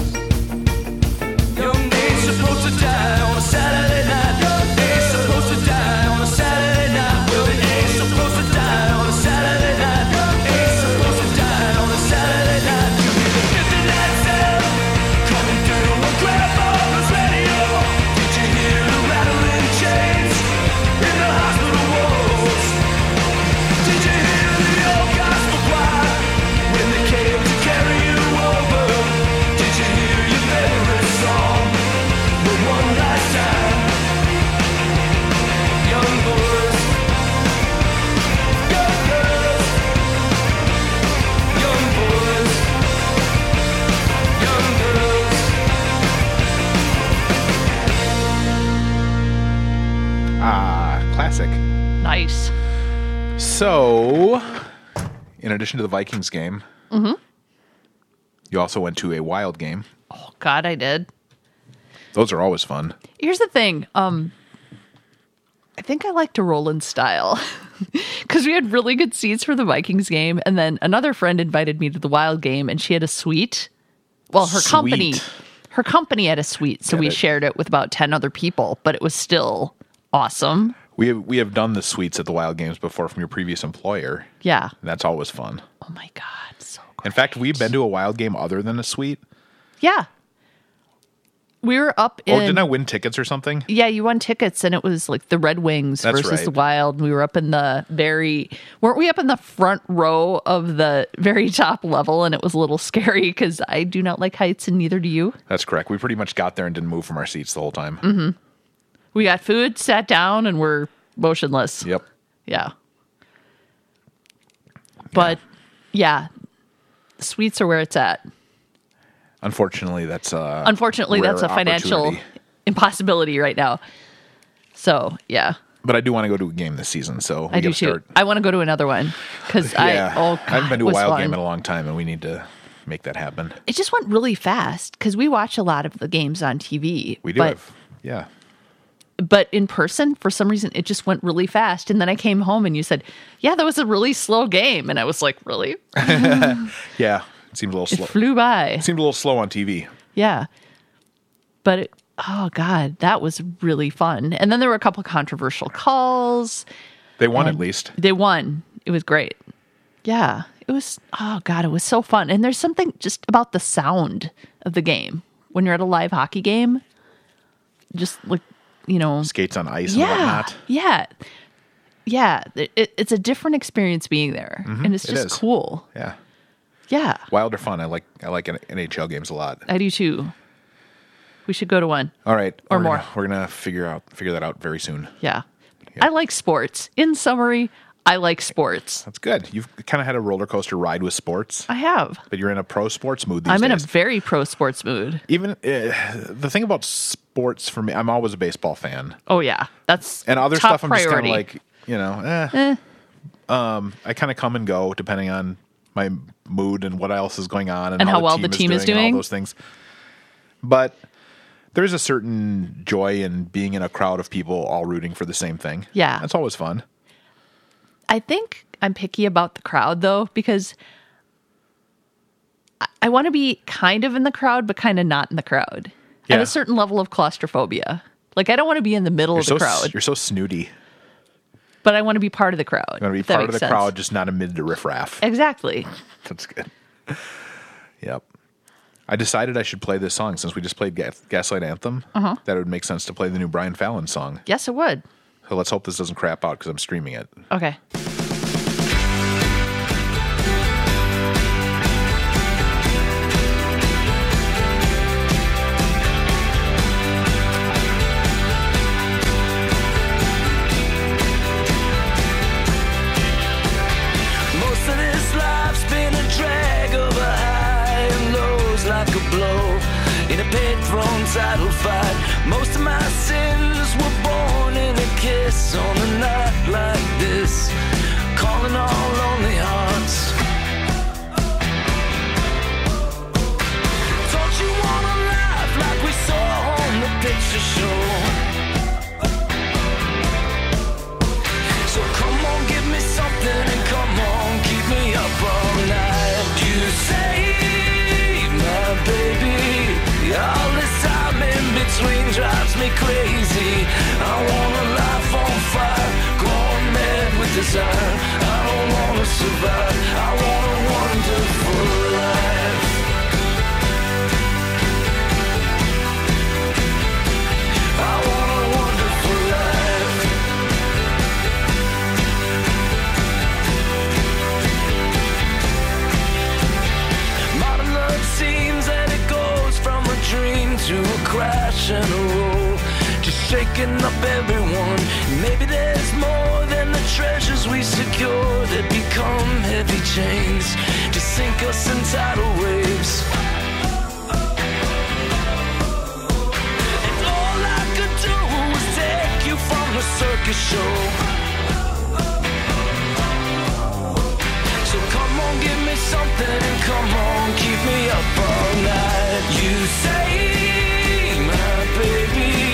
S4: young ain't supposed to die on a Saturday night. Ain't supposed to die on a Saturday night. Well, they ain't supposed to die on a Saturday night. Ain't supposed to die on a Saturday night. You hear the 59 sound coming through on grandfather's radio. Did you hear the rattling chains in the hospital walls? Did you hear the old gospel choir when they came to carry you over? Did you hear your favorite song the one last time? Young boys, young girls, young boys, young girls.
S2: Ah, classic.
S3: Nice.
S2: So, in addition to the Vikings game,
S3: Mm-hmm.
S2: you also went to a wild game.
S3: Oh god, I did.
S2: Those are always fun.
S3: Here's the thing. Um I think I liked to roll in style (laughs) because we had really good seats for the Vikings game, and then another friend invited me to the Wild game, and she had a suite. Well, her company,
S2: Suite.
S3: her company had a suite, so
S2: Get
S3: we
S2: it.
S3: shared it with about ten other people, but it was still awesome.
S2: We have, we have done the suites at the wild games before from your previous employer.
S3: Yeah.
S2: And that's always fun.
S3: Oh my god, so great.
S2: In fact, we've been to a wild game other than a suite.
S3: Yeah. We were up in
S2: Oh, didn't I win tickets or something?
S3: Yeah, you won tickets and it was like the Red Wings
S2: That's
S3: versus
S2: right.
S3: the Wild. And we were up in the very weren't we up in the front row of the very top level and it was a little scary because I do not like heights and neither do you.
S2: That's correct. We pretty much got there and didn't move from our seats the whole time.
S3: Mm-hmm. We got food, sat down, and were motionless.
S2: Yep.
S3: Yeah. But yeah. Suites are where it's at.
S2: Unfortunately, that's uh
S3: Unfortunately,
S2: rare
S3: that's a financial
S2: opportunity.
S3: impossibility right now. So yeah.
S2: But I do want to go to a game this season, so we
S3: I do
S2: gotta
S3: too.
S2: start.
S3: I want to go to another one because
S2: Yeah,
S3: I oh God,
S2: I haven't been to a
S3: it was
S2: wild
S3: fun.
S2: game in a long time, and we need to make that happen.
S3: It just went really fast because we watch a lot of the games on TV.
S2: We do
S3: but
S2: have, yeah.
S3: but in person, for some reason, it just went really fast. And then I came home and you said, Yeah, that was a really slow game. And I was like, Really?
S2: Yeah, it seemed a little (laughs)
S3: It
S2: slow.
S3: flew by.
S2: It seemed a little slow on TV.
S3: Yeah. But it, oh, God, that was really fun. And then there were a couple controversial calls.
S2: They won at least.
S3: They won. It was great. Yeah. It was, oh God, it was so fun. And there's something just about the sound of the game when you're at a live hockey game, just like, you know,
S2: Skates on ice and
S3: yeah.
S2: whatnot.
S3: Yeah. Yeah. It, it- it's a different experience being there. and it's
S2: Mm-hmm. it
S3: just
S2: is.
S3: cool.
S2: Yeah,
S3: Yeah.
S2: wild are fun. I like I like NHL games a lot.
S3: I do too. We should go to one.
S2: All right,
S3: Or
S2: we're
S3: more.
S2: Gonna, we're gonna figure out figure that out very soon.
S3: Yeah. I like sports. In summary, I like sports.
S2: That's good. You've kind of had a roller coaster ride with sports,
S3: I have.
S2: but you're in a pro sports mood these
S3: I'm in a
S2: days.
S3: very pro sports mood.
S2: Even uh, the thing about sports for me, I'm always a baseball fan,
S3: Oh yeah. That's
S2: and other
S3: top
S2: stuff I'm just kind
S3: priority.
S2: of like you know, eh. Um, I kind of come and go depending on my mood and what else is going on and,
S3: And how well the team is
S2: and
S3: doing.
S2: all those things. But there's a certain joy in being in a crowd of people all rooting for the same thing.
S3: Yeah.
S2: that's always fun.
S3: I think I'm picky about the crowd though, because I, I want to be kind of in the crowd, but kind of not in the crowd. I have
S2: Yeah.
S3: a certain level of claustrophobia. Like I don't want to be in the middle
S2: You're
S3: of
S2: so
S3: the crowd,
S2: you're so snooty.
S3: but I want to be part of the crowd.
S2: You want to be
S3: if that
S2: part of
S3: makes
S2: the
S3: sense. Eh.
S2: crowd, just not amid the riffraff.
S3: Exactly.
S2: That's good. (laughs) Yep. I decided I should play this song since we just played Gas- Gaslight Anthem.
S3: Uh-huh.
S2: That it would make sense to play the new Brian Fallon song.
S3: Yes, it would.
S2: So let's hope this doesn't crap out because I'm streaming it.
S3: Okay.
S4: Most of this life's been a drag of a high and lows like a blow in a paid thrown title fight. Most of my sins were born in a kiss on a night like this, calling all lonely hearts. Don't you want a life like we saw on the picture show? So come on, give me something and come on, keep me up all night. You save my baby. All this time in between drives me crazy. I want a life on fire, going mad with desire. I don't wanna survive. I want a wonderful life. I want a wonderful life. Modern love seems that it goes from a dream to a crash and a roll. Just shaking up everyone. Maybe there's more than the treasures we secure that become heavy chains to sink us in tidal waves. And all I could do was take you from the circus show. So come on, give me something and come on, keep me up all night. You say, my baby,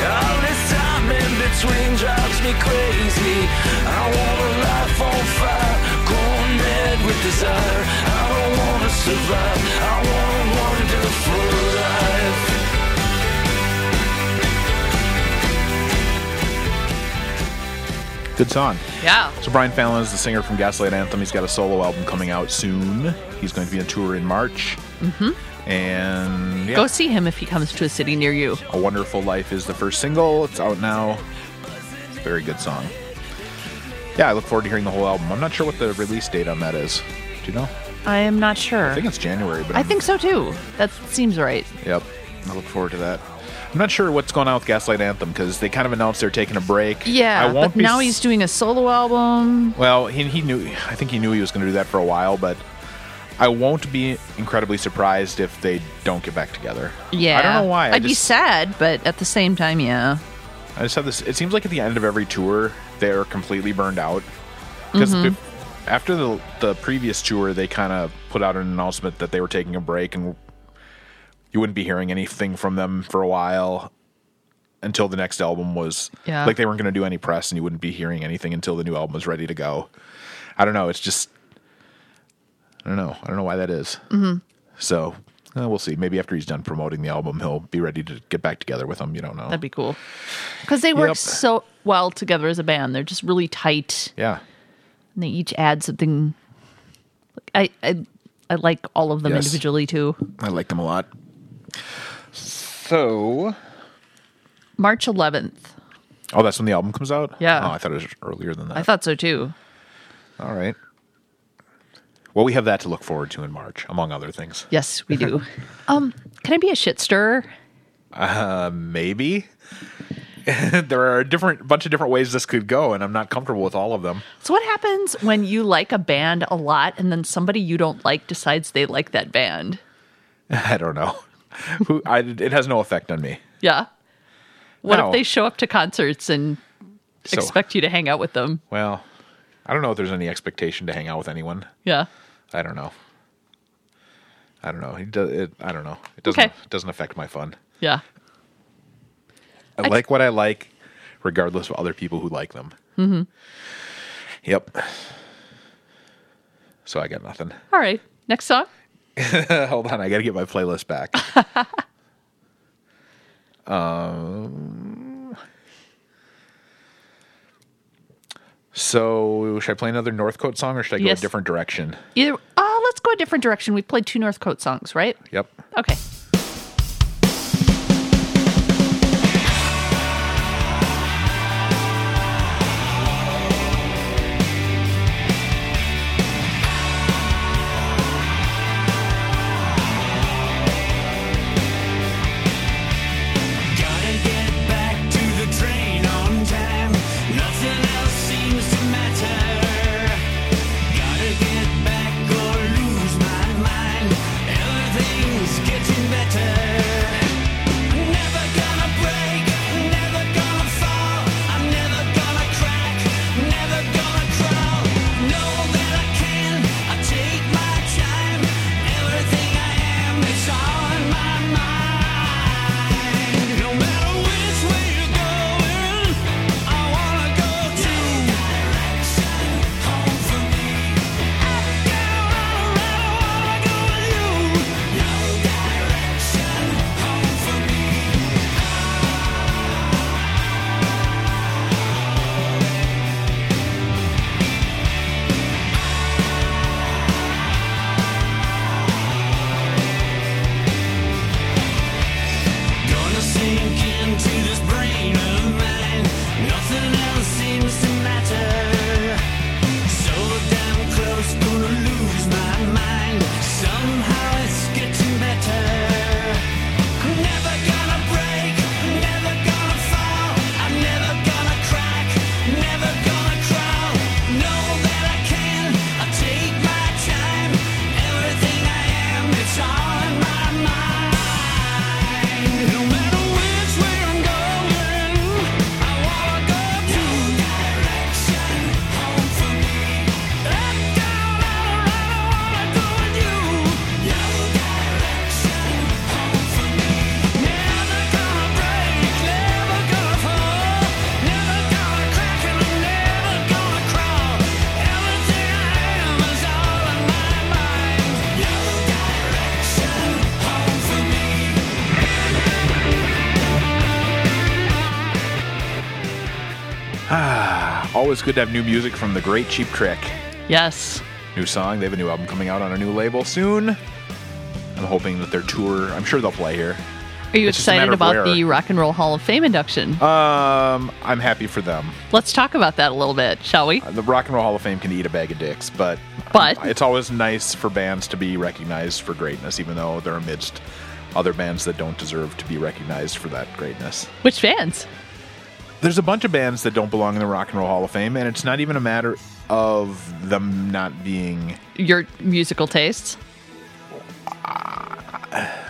S4: all this time in between drives me crazy. I want a life on fire, going mad with desire. I don't wanna survive, I want a wonderful life.
S2: Good song.
S3: Yeah.
S2: So Brian Fallon is the singer from Gaslight Anthem. He's got a solo album coming out soon. He's going to be on tour in March. Mm-hmm. And yeah,
S3: Go see him if he comes to a city near you.
S2: A Wonderful Life is the first single. It's out now. It's a very good song. Yeah, I look forward to hearing the whole album. I'm not sure what the release date on that is. Do you know?
S3: I am not sure.
S2: I think it's January, but
S3: I
S2: I'm-
S3: think so too. That seems right.
S2: Yep. I look forward to that. I'm not sure what's going on with Gaslight Anthem because they kind of announced they're taking a break.
S3: Yeah.
S2: I won't
S3: but
S2: be
S3: now
S2: s-
S3: he's doing a solo album.
S2: Well, he, he knew. I think he knew he was going to do that for a while, but I won't be incredibly surprised if they don't get back together.
S3: Yeah.
S2: I don't know why.
S3: I'd
S2: I
S3: be
S2: just,
S3: sad, but at the same time, yeah.
S2: I just have this. It seems like at the end of every tour, they're completely burned out because
S3: Mm-hmm.
S2: after the the previous tour, they kind of put out an announcement that they were taking a break, and you wouldn't be hearing anything from them for a while. until the next album was
S3: Yeah.
S2: like they weren't going to do any press and you wouldn't be hearing anything until the new album was ready to go. I don't know. It's just I don't know. I don't know why that is.
S3: Mm-hmm.
S2: So uh, we'll see. Maybe after he's done promoting the album, he'll be ready to get back together with them. You don't know.
S3: That'd be cool. Because they work
S2: Yep.
S3: so well together as a band. They're just really tight.
S2: yeah.
S3: And they each add something. I I, I like all of them
S2: Yes.
S3: individually too.
S2: I like them a lot. So
S3: March 11th.
S2: Oh, that's when the album comes out?
S3: Yeah.
S2: Oh, I thought it was earlier than that.
S3: I thought so too.
S2: All right. Well, we have that to look forward to in March, among other things.
S3: Yes, we do. (laughs) um, can I be a shit stirrer?
S2: Maybe. (laughs) there are a different bunch of different ways this could go, and I'm not comfortable with all of them. (laughs)
S3: So what happens when you like a band a lot and then somebody you don't like decides they like that band?
S2: I don't know. (laughs) Who I, it has no effect on me.
S3: Yeah. What
S2: No.
S3: if they show up to concerts and
S2: So,
S3: expect you to hang out with them?
S2: well, I don't know if there's any expectation to hang out with anyone.
S3: Yeah.
S2: I don't know. I don't know. It, do, it I don't know. It doesn't
S3: Okay.
S2: doesn't affect my fun.
S3: Yeah.
S2: I, like what I like, regardless of other people who like them. Mm-hmm. Yep. So I got nothing. (laughs)
S3: All right. Next song?
S2: Hold on, I got to get my playlist (laughs) back. um, so should I play another Northcote song, or should I go
S3: Yes.
S2: a different direction?
S3: Either oh, let's go a different direction. We've played two Northcote songs, right?
S2: Yep.
S3: Okay.
S5: Gotta get back to the train on time. Nothing else seems to matter. Gotta get back or lose my mind. Everything's getting better. Never gonna break, never gonna fall. I'm never gonna crack, never gonna crawl. Know that I can, I take my time. Everything I am is on my mind. No matter which way you're going, I wanna go to direction home for me. Up, down, all around, I wanna go with you. No direction home for me. Gonna sink into this brain of mine. Nothing else seems to matter. So damn close, gonna lose my mind. Somehow it's getting better. Never gonna break, never gonna fall. I'm never gonna crack, never gonna crawl. Know that I can, I take my time. Everything I am, it's on my mind. No matter which way I'm going, I wanna go to direction home for me. Up, down, all around, I wanna go with you. No direction home for me. Never gonna break, never gonna fall, never gonna crack, and I'm never gonna crawl. Everything I am is all in my mind. No direction home for me.
S2: Always good to have new music from the Great Cheap Trick.
S3: Yes.
S2: New song. They have a new album coming out on a new label soon. I'm hoping that their tour. I'm sure they'll play here.
S3: Are you
S2: It's just a matter
S3: excited
S2: of
S3: about
S2: where.
S3: the Rock and Roll Hall of Fame induction?
S2: Um, I'm happy for them.
S3: Let's talk about that a little bit, shall we?
S2: The Rock and Roll Hall of Fame can eat a bag of dicks, but
S3: But-
S2: it's always nice for bands to be recognized for greatness, even though they're amidst other bands that don't deserve to be recognized for that greatness.
S3: Which bands?
S2: There's a bunch of bands that don't belong in the Rock and Roll Hall of Fame, and it's not even a matter of them not being.
S3: Your musical tastes?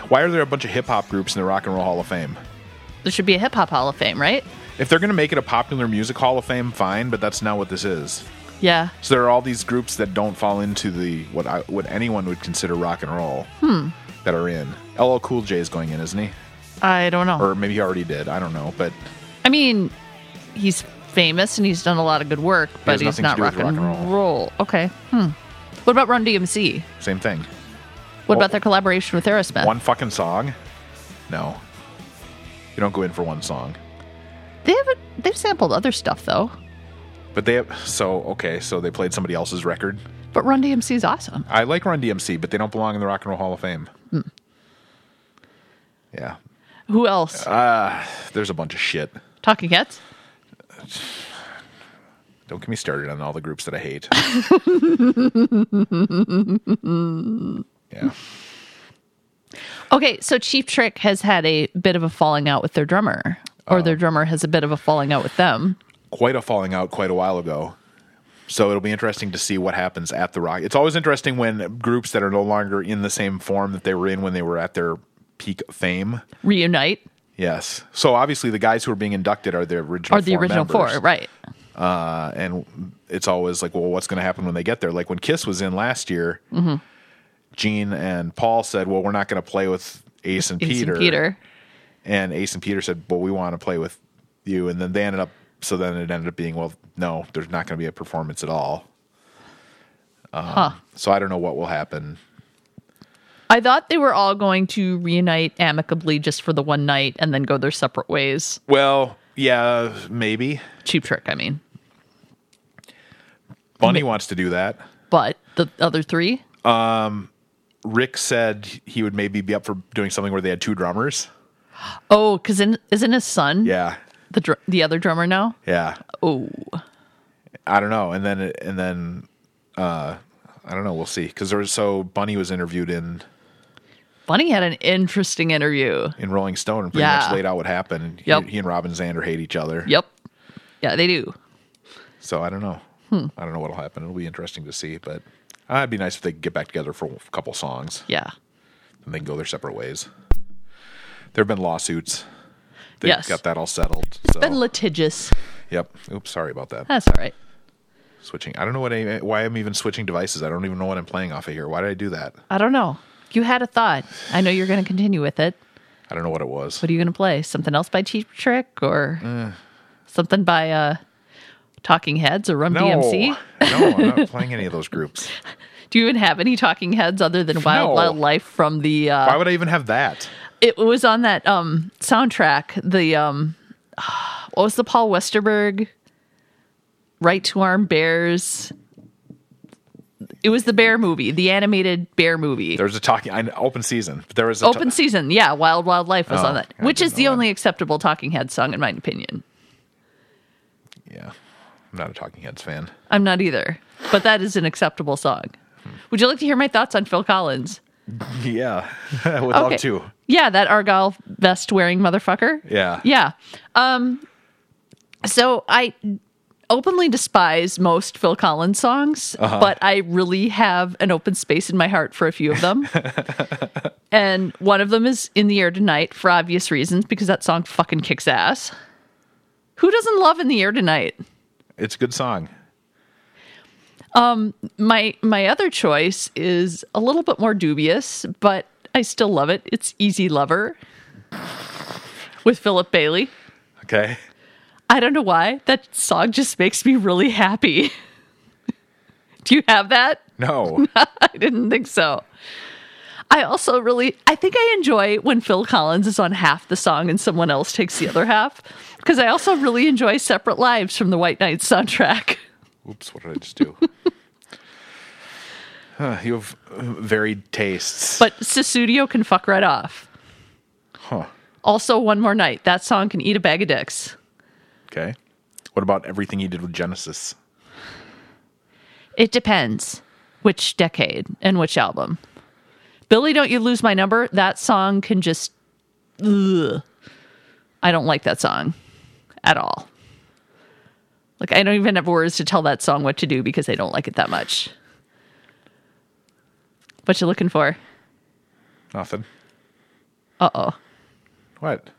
S2: Why are there a bunch of hip hop groups in the Rock and Roll Hall of Fame?
S3: There should be a hip hop hall of fame, right?
S2: If they're going to make it a popular music hall of fame, fine, but that's not what this is.
S3: Yeah.
S2: So there are all these groups that don't fall into the what I, what anyone would consider rock and roll that are in. LL Cool J is going in, isn't he?
S3: I don't know.
S2: or maybe he already did. I don't know, but
S3: I mean, he's famous and he's done a lot of good work, but
S2: has
S3: he's
S2: nothing
S3: not
S2: to do
S3: rock
S2: with
S3: and,
S2: rock and
S3: roll. Okay. Hmm. What about Run DMC?
S2: same thing.
S3: What
S2: Well-
S3: about their collaboration with Aerosmith?
S2: One fucking song? No. You don't go in for one song.
S3: They haven't. They've sampled other stuff though.
S2: But they have, so okay, so they played somebody else's record.
S3: But Run DMC is awesome.
S2: I like Run DMC, but they don't belong in the Rock and Roll Hall of Fame. Yeah.
S3: Who else?
S2: Uh, There's a bunch of shit.
S3: Talking Heads.
S2: Don't get me started on all the groups that I hate. yeah.
S3: Okay, so Chief Trick has had a bit of a falling out with their drummer, or
S2: Oh.
S3: their drummer has a bit of a falling out with them.
S2: quite a falling out quite a while ago. So it'll be interesting to see what happens at the Rock. It's always interesting when groups that are no longer in the same form that they were in when they were at their peak fame.
S3: Reunite
S2: Yes. So obviously the guys who are being inducted are the original
S3: or the
S2: four
S3: original
S2: members.
S3: four, right?
S2: Uh, and it's always like, well, what's going to happen when they get there? Like when Kiss was in last year,
S3: Mm-hmm.
S2: Gene and Paul said, well, we're not going to play with Ace and
S3: Ace
S2: Peter.
S3: and Peter.
S2: And Ace and Peter said, "Well, we want to play with you." And then they ended up. So then it ended up being, "Well, no, there's not going to be a performance at all." Uh,
S3: Huh.
S2: So I don't know what will happen.
S3: I thought they were all going to reunite amicably just for the one night and then go their separate ways.
S2: Well, yeah, maybe
S3: Cheap Trick, I mean.
S2: Bunny wants to do that.
S3: But the other three,
S2: Rick said he would maybe be up for doing something where they had two drummers.
S3: oh, because isn't his son
S2: Yeah,
S3: the dr- the other drummer now?
S2: yeah.
S3: Oh,
S2: I don't know. And then and then uh, I don't know. We'll see. Because there's so Bunny was interviewed in
S3: Bunny had an interesting interview.
S2: in Rolling Stone and pretty much
S3: Yeah.
S2: laid out what happened.
S3: Yep.
S2: He, he and Robin Zander hate each other.
S3: Yep, yeah, they do.
S2: So I don't know.
S3: Hmm.
S2: I don't know what'll happen. It'll be interesting to see, but uh, it'd be nice if they could get back together for a couple songs
S3: Yeah,
S2: and they can go their separate ways. There have been lawsuits. They
S3: Yes.
S2: got that all settled. so-
S3: been litigious.
S2: yep. Oops. Sorry about that.
S3: That's all right.
S2: Switching. I don't know what any, why I'm even switching devices. I don't even know what I'm playing off of here. Why did I do that?
S3: I don't know. You had a thought. I know you're going to continue with it.
S2: I don't know what it was.
S3: What are you going to play? Something else by Cheap Trick or
S2: Uh.
S3: something by uh, Talking Heads or Rum
S2: no,
S3: DMC?
S2: (laughs) no, I'm not playing any of those groups.
S3: Do you even have any Talking Heads other than Wild
S2: No.
S3: Wild Life from the?
S2: Why
S3: Uh,
S2: would I even have that?
S3: it was on that um, soundtrack. The um, (sighs) what was the Paul Westerberg? Right to Arm Bears. It was the bear movie, the animated bear movie.
S2: There's a talking I, open season. But there was a
S3: Open
S2: season.
S3: season, yeah. Wild Wild Life was
S2: Oh,
S3: on that,
S2: I
S3: which
S2: didn't
S3: is the
S2: know that.
S3: only acceptable Talking Heads song, in my opinion.
S2: Yeah, I'm not a Talking Heads fan. (laughs)
S3: I'm not either, but that is an acceptable song.
S2: Hmm.
S3: Would you like to hear my thoughts on Phil Collins?
S2: Yeah, (laughs) I would love to.
S3: Yeah, that Argyle vest wearing motherfucker.
S2: Yeah.
S3: Yeah. Um so I openly despise most Phil Collins songs, but I really have an open space in my heart for a few of them. and one of them is In the Air Tonight for obvious reasons because that song fucking kicks ass. Who doesn't love In the Air Tonight?
S2: It's a good song.
S3: my my other choice is a little bit more dubious, but I still love it. It's Easy Lover with Philip Bailey. (laughs)
S2: Okay.
S3: I don't know why that song just makes me really happy. (laughs) Do you have that?
S2: No.
S3: I didn't think so. I also really I think I enjoy when Phil Collins is on half the song and someone else takes the other half because I also really enjoy Separate Lives from the White Knights soundtrack. (laughs)
S2: Oops, what did I just do? Huh, you have uh, varied tastes.
S3: But Susudio can fuck right off.
S2: Huh.
S3: Also, One More Night. That song can eat a bag of dicks.
S2: Okay. What about everything you did with Genesis?
S3: It depends which decade and which album. Billy, Don't You Lose My Number. That song can just. Ugh. I don't like that song at all. Like, I don't even have words to tell that song what to do because I don't like it that much. What you looking for?
S2: Nothing.
S3: Uh oh.
S2: What?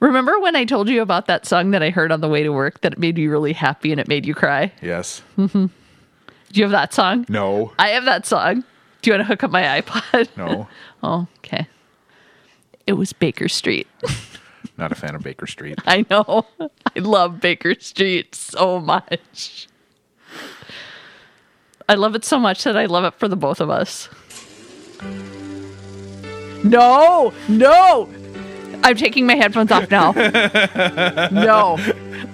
S3: Remember when I told you about that song that I heard on the way to work that it made me really happy and it made you cry?
S2: Yes.
S3: Do you have that song?
S2: No.
S3: (laughs) I have that song. Do you want to hook up my iPod?
S2: No.
S3: oh, okay. It was Baker Street.
S2: Not a fan of Baker Street.
S3: I know. (laughs) I love Baker Street so much. I love it so much that I love it for the both of us. No, no. I'm taking my headphones off now. no.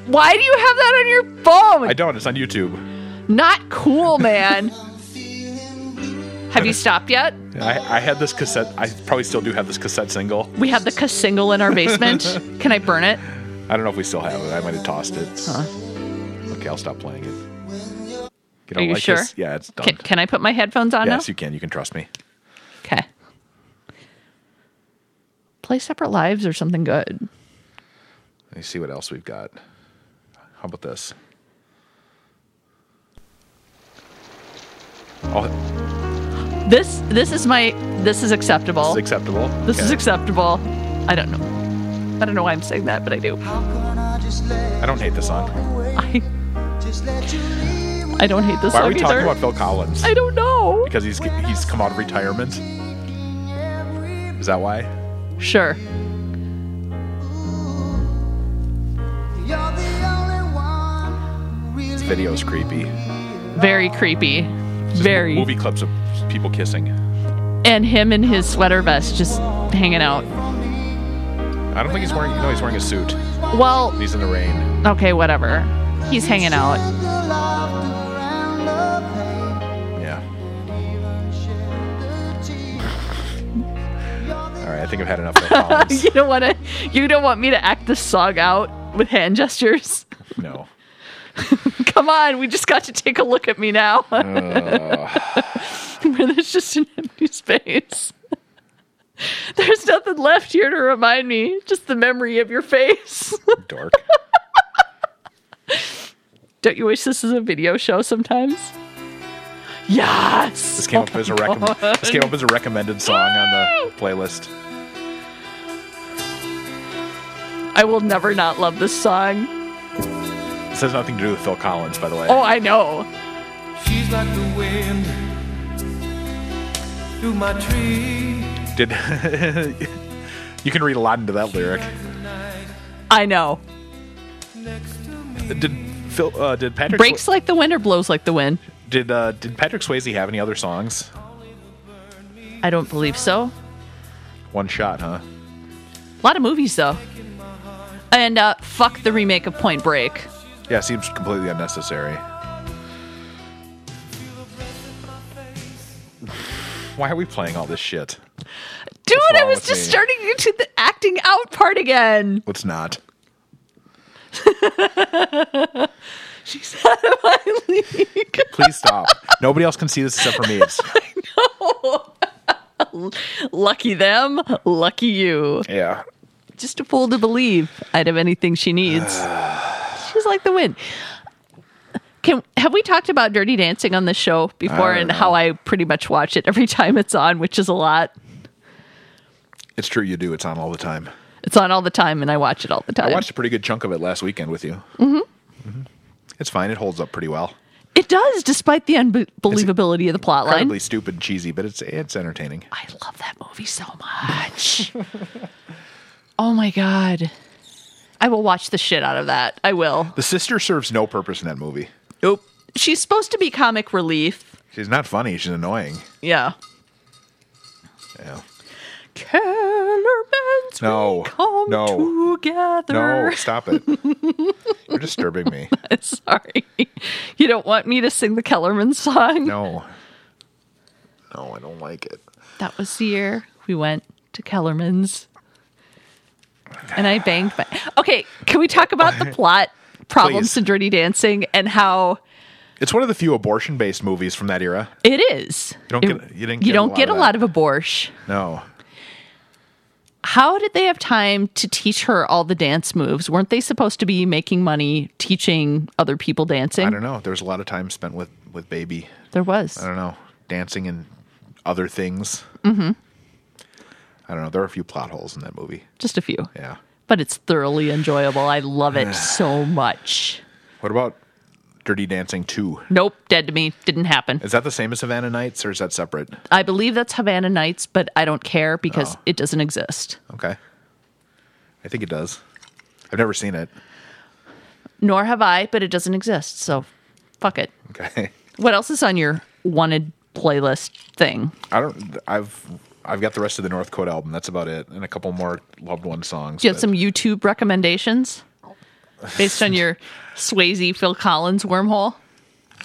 S3: Why do you have that on your phone?
S2: I don't. It's on YouTube.
S3: Not cool, man. have you stopped yet?
S2: I, I had this cassette. I probably still do have this cassette single.
S3: We have the Cuss single in our basement. Can I burn it?
S2: I don't know if we still have it. I might have tossed it. Okay, I'll stop playing it. You don't
S3: you
S2: like
S3: sure?
S2: this? Yeah, it's done.
S3: Can, can I put my headphones on now?
S2: yes, you can. You can trust me.
S3: Okay. Play separate lives or something good.
S2: Let me see what else we've got. How about this? Oh,
S3: This this is my this is acceptable.
S2: it's acceptable.
S3: This is
S2: Okay.
S3: acceptable. I don't know. I don't know why I'm saying that, but I do.
S2: I don't hate this song.
S3: I I don't hate this
S2: Why are
S3: song
S2: we talking
S3: either.
S2: about Phil Collins?
S3: I don't know.
S2: Because he's he's come out of retirement. Is that why?
S3: Sure.
S2: This video's creepy.
S3: Very creepy. Very
S2: Movie clips of people kissing.
S3: and him in his sweater vest just hanging out.
S2: I don't think he's wearing. No, he's wearing a suit.
S3: Well,
S2: He's in the rain.
S3: okay, whatever. He's hanging out. (laughs)
S2: Yeah. All right, I think I've had enough. Phil Collins.
S3: (laughs) You don't want to you don't want me to act this song out with hand gestures. (laughs)
S2: No.
S3: Come on, we just got to take a look at me now. (laughs) Where there's just an empty space. (laughs) There's nothing left here to remind me, just the memory of your face. (laughs)
S2: Dork.
S3: Don't you wish this was a video show sometimes? Yes. Oh
S2: This came up as a recommend. This came up as a recommended song on the playlist.
S3: I will never not love this song.
S2: This has nothing to do with Phil Collins, by the way.
S3: Oh, I know.
S1: She's like the wind through my tree.
S2: Did (laughs) you can read a lot into that lyric?
S3: I know.
S2: Did Phil? Uh, did Patrick? Swa-
S3: Breaks like the wind or blows like the wind?
S2: Did uh, Did Patrick Swayze have any other songs?
S3: I don't believe so.
S2: One shot, huh?
S3: A lot of movies though. And uh, fuck the remake of Point Break.
S2: Yeah, seems completely unnecessary. (sighs) Why are we playing all this shit?
S3: Dude,
S2: What's
S3: I
S2: wrong
S3: was
S2: with
S3: just
S2: me?
S3: starting you to the acting out part again.
S2: Let's not.
S3: She's out of my league.
S2: Please stop. Nobody else can see this except for me. It's,
S3: (laughs) lucky them, lucky you.
S2: yeah.
S3: Just a fool to believe I'd have anything
S2: (sighs)
S3: she needs. She's like the wind. Can have we talked about Dirty Dancing on the show before
S2: don't
S3: and
S2: know.
S3: how I pretty much watch it every (laughs) time it's on, which is a lot.
S2: It's true. You do. It's on all the time.
S3: It's on all the time and I watch it all the time.
S2: I watched a pretty good chunk of it last weekend with you. Mm-hmm. It's fine. It holds up pretty well.
S3: it does, despite the unbelievability of the plot line.
S2: Incredibly stupid and cheesy, but it's it's entertaining.
S3: I love that movie so much. (laughs) oh my god. I will watch the shit out of that. I will.
S2: The sister serves no purpose in that movie.
S3: Nope. She's supposed to be comic relief.
S2: She's not funny. She's annoying.
S3: Yeah.
S2: Yeah.
S3: Kellerman's
S2: No.
S3: we come
S2: No. No,
S3: together.
S2: stop (laughs) it. You're disturbing me.
S3: (laughs) Sorry. You don't want me to sing the Kellerman song?
S2: No. No, I don't like it.
S3: That was the year we went to Kellerman's. And I banged my. Okay, can we
S2: (laughs)
S3: talk about the plot problems
S2: Please.
S3: in Dirty Dancing and how
S2: It's one of the few abortion-based movies from that era.
S3: it is?
S2: You don't get- you didn't get a
S3: don't
S2: lot
S3: get
S2: of
S3: a
S2: that.
S3: lot of abortion.
S2: No.
S3: How did they have time to teach her all the dance moves? Weren't they supposed to be making money teaching other people dancing?
S2: I don't know. There's a lot of time spent with with baby.
S3: There was.
S2: I don't know. Dancing and other things. Mm-hmm. I don't know. There are a few plot holes in that movie.
S3: Just a few.
S2: Yeah. (sighs)
S3: But it's thoroughly enjoyable. I love it so much.
S2: What about Dirty Dancing 2.
S3: Nope, dead to me. Didn't happen.
S2: Is that the same as Havana Nights or is that separate?
S3: I believe that's Havana Nights, but I don't care because
S2: Oh.
S3: it doesn't exist.
S2: Okay. I think it does. I've never seen it. (laughs)
S3: Nor have I, but it doesn't exist. So fuck it.
S2: Okay.
S3: What else is on your wanted playlist thing?
S2: I don't I've I've got the rest of the North Code album. That's about it and a couple more loved one songs.
S3: Do you have
S2: but-
S3: some YouTube recommendations based
S2: (laughs)
S3: on your Swayze Phil Collins wormhole?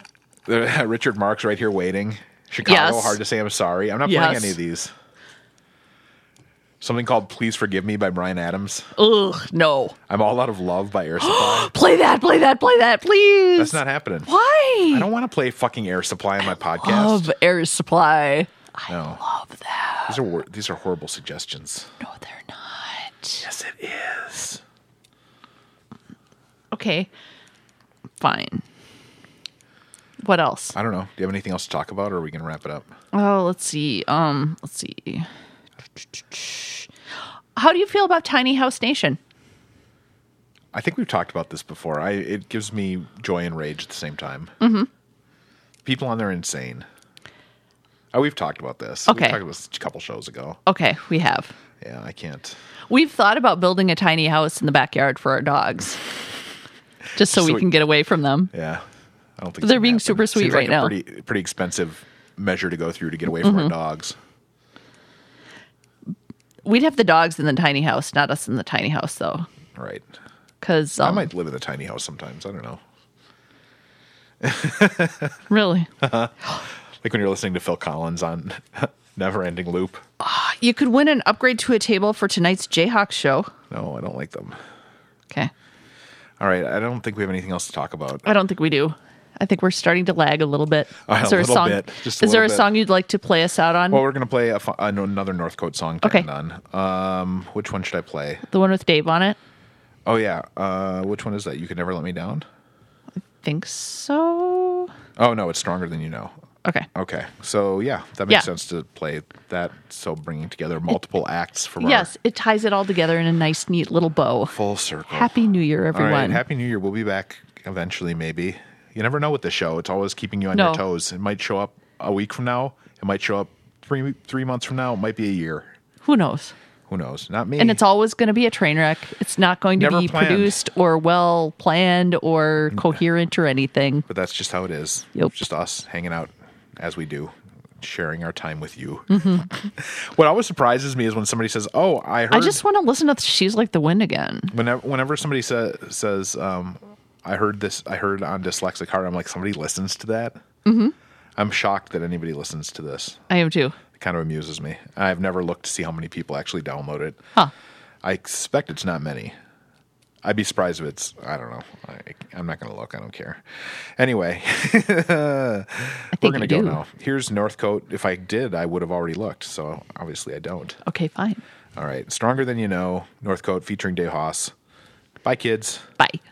S2: (laughs) Richard Marks right here waiting. Chicago,
S3: Yes.
S2: hard to say I'm sorry. I'm not playing
S3: Yes.
S2: any of these. Something called Please Forgive Me by Brian Adams.
S3: Ugh, no.
S2: I'm All Out of Love by Air
S3: (gasps)
S2: Supply.
S3: Play that, play that, play that, please.
S2: That's not happening.
S3: Why?
S2: I don't want to play fucking Air Supply on my podcast.
S3: Love Air Supply.
S2: no.
S3: Love that.
S2: These are wor- these are horrible suggestions.
S3: No, they're not.
S2: Yes, it is.
S3: Okay. Fine. What else?
S2: I don't know. Do you have anything else to talk about, or are we gonna wrap it up?
S3: Oh, let's see. Um, let's see. How do you feel about Tiny House Nation?
S2: I think we've talked about this before. I it gives me joy and rage at the same time.
S3: Mm-hmm.
S2: People on there are insane. Oh, we've talked about this.
S3: Okay.
S2: we talked about this a couple shows ago.
S3: Okay, we have.
S2: Yeah, I can't.
S3: We've thought about building a tiny house in the backyard for our dogs, just so,
S2: So
S3: we
S2: we-
S3: can get away from them.
S2: Yeah, I don't think
S3: But they're
S2: it's gonna
S3: being super sweet
S2: Seems
S3: right
S2: like a
S3: now. Mm-hmm.
S2: Pretty pretty expensive measure to go through to get away from our dogs.
S3: We'd have the dogs in the tiny house, not us in the tiny house, though,
S2: Right.
S3: because um,
S2: I might live in a tiny house sometimes. I don't know. (laughs)
S3: really,
S2: Like when you're listening to Phil Collins on (laughs) Never Ending Loop.
S3: you could win an upgrade to a table for tonight's Jayhawk show.
S2: No, I don't like them.
S3: Okay,
S2: All right, I don't think we have anything else to talk about.
S3: I don't think we do. I think we're starting to lag a little bit.
S2: Uh,
S3: is
S2: a
S3: there a,
S2: little
S3: song?
S2: bit, just a
S3: is there a
S2: little bit.
S3: song you'd like to play us out on?
S2: Well, we're gonna play a, fu- an- another Northcote song. To
S3: Okay.
S2: End on. Um, which one should I play?
S3: the one with Dave on it.
S2: Oh yeah. Uh, which one is that? You can never let me down.
S3: Think so.
S2: Oh no, it's stronger than you know.
S3: Okay.
S2: Okay, so yeah, that makes
S3: Yeah.
S2: sense to play that. So bringing together multiple acts from
S3: Yes, it ties it all together in a nice, neat little bow.
S2: our full circle.
S3: Happy New Year,
S2: All
S3: everyone.
S2: right, happy New Year. We'll be back eventually, maybe. You never know with this show. It's always keeping you on
S3: No.
S2: your toes. It might show up a week from now. It might show up three three months from now. It might be a year.
S3: Who knows?
S2: Who knows? Not me.
S3: And it's always going to be a train wreck. It's not going to
S2: Never
S3: be
S2: planned.
S3: produced or well planned or coherent or anything.
S2: But that's just how it is.
S3: Yep.
S2: It's Just us hanging out as we do, sharing our time with you. (laughs) what always surprises me is when somebody says, "Oh, I heard."
S3: Mm-hmm. I just want to listen to "She's Like the Wind" again.
S2: whenever whenever somebody sa- says, um, "I heard this," I heard on Dyslexic Heart. I'm like, somebody listens to that. Mm-hmm. I'm shocked that anybody listens to this.
S3: I am too.
S2: It kind of amuses me. I've never looked to see how many people actually download it.
S3: Huh?
S2: I expect it's not many. I'd be surprised if it's. I don't know. I, I'm not going to look. I don't care. Anyway, (laughs)
S3: I
S2: we're
S3: think
S2: going
S3: you
S2: to go
S3: do.
S2: now. Here's Northcote. If I did, I would have already looked. So obviously, I don't.
S3: Okay, fine.
S2: All right. Stronger than you know. Northcote featuring Dave Haas. Bye, kids.
S3: Bye.
S4: Oh, Oh, Oh,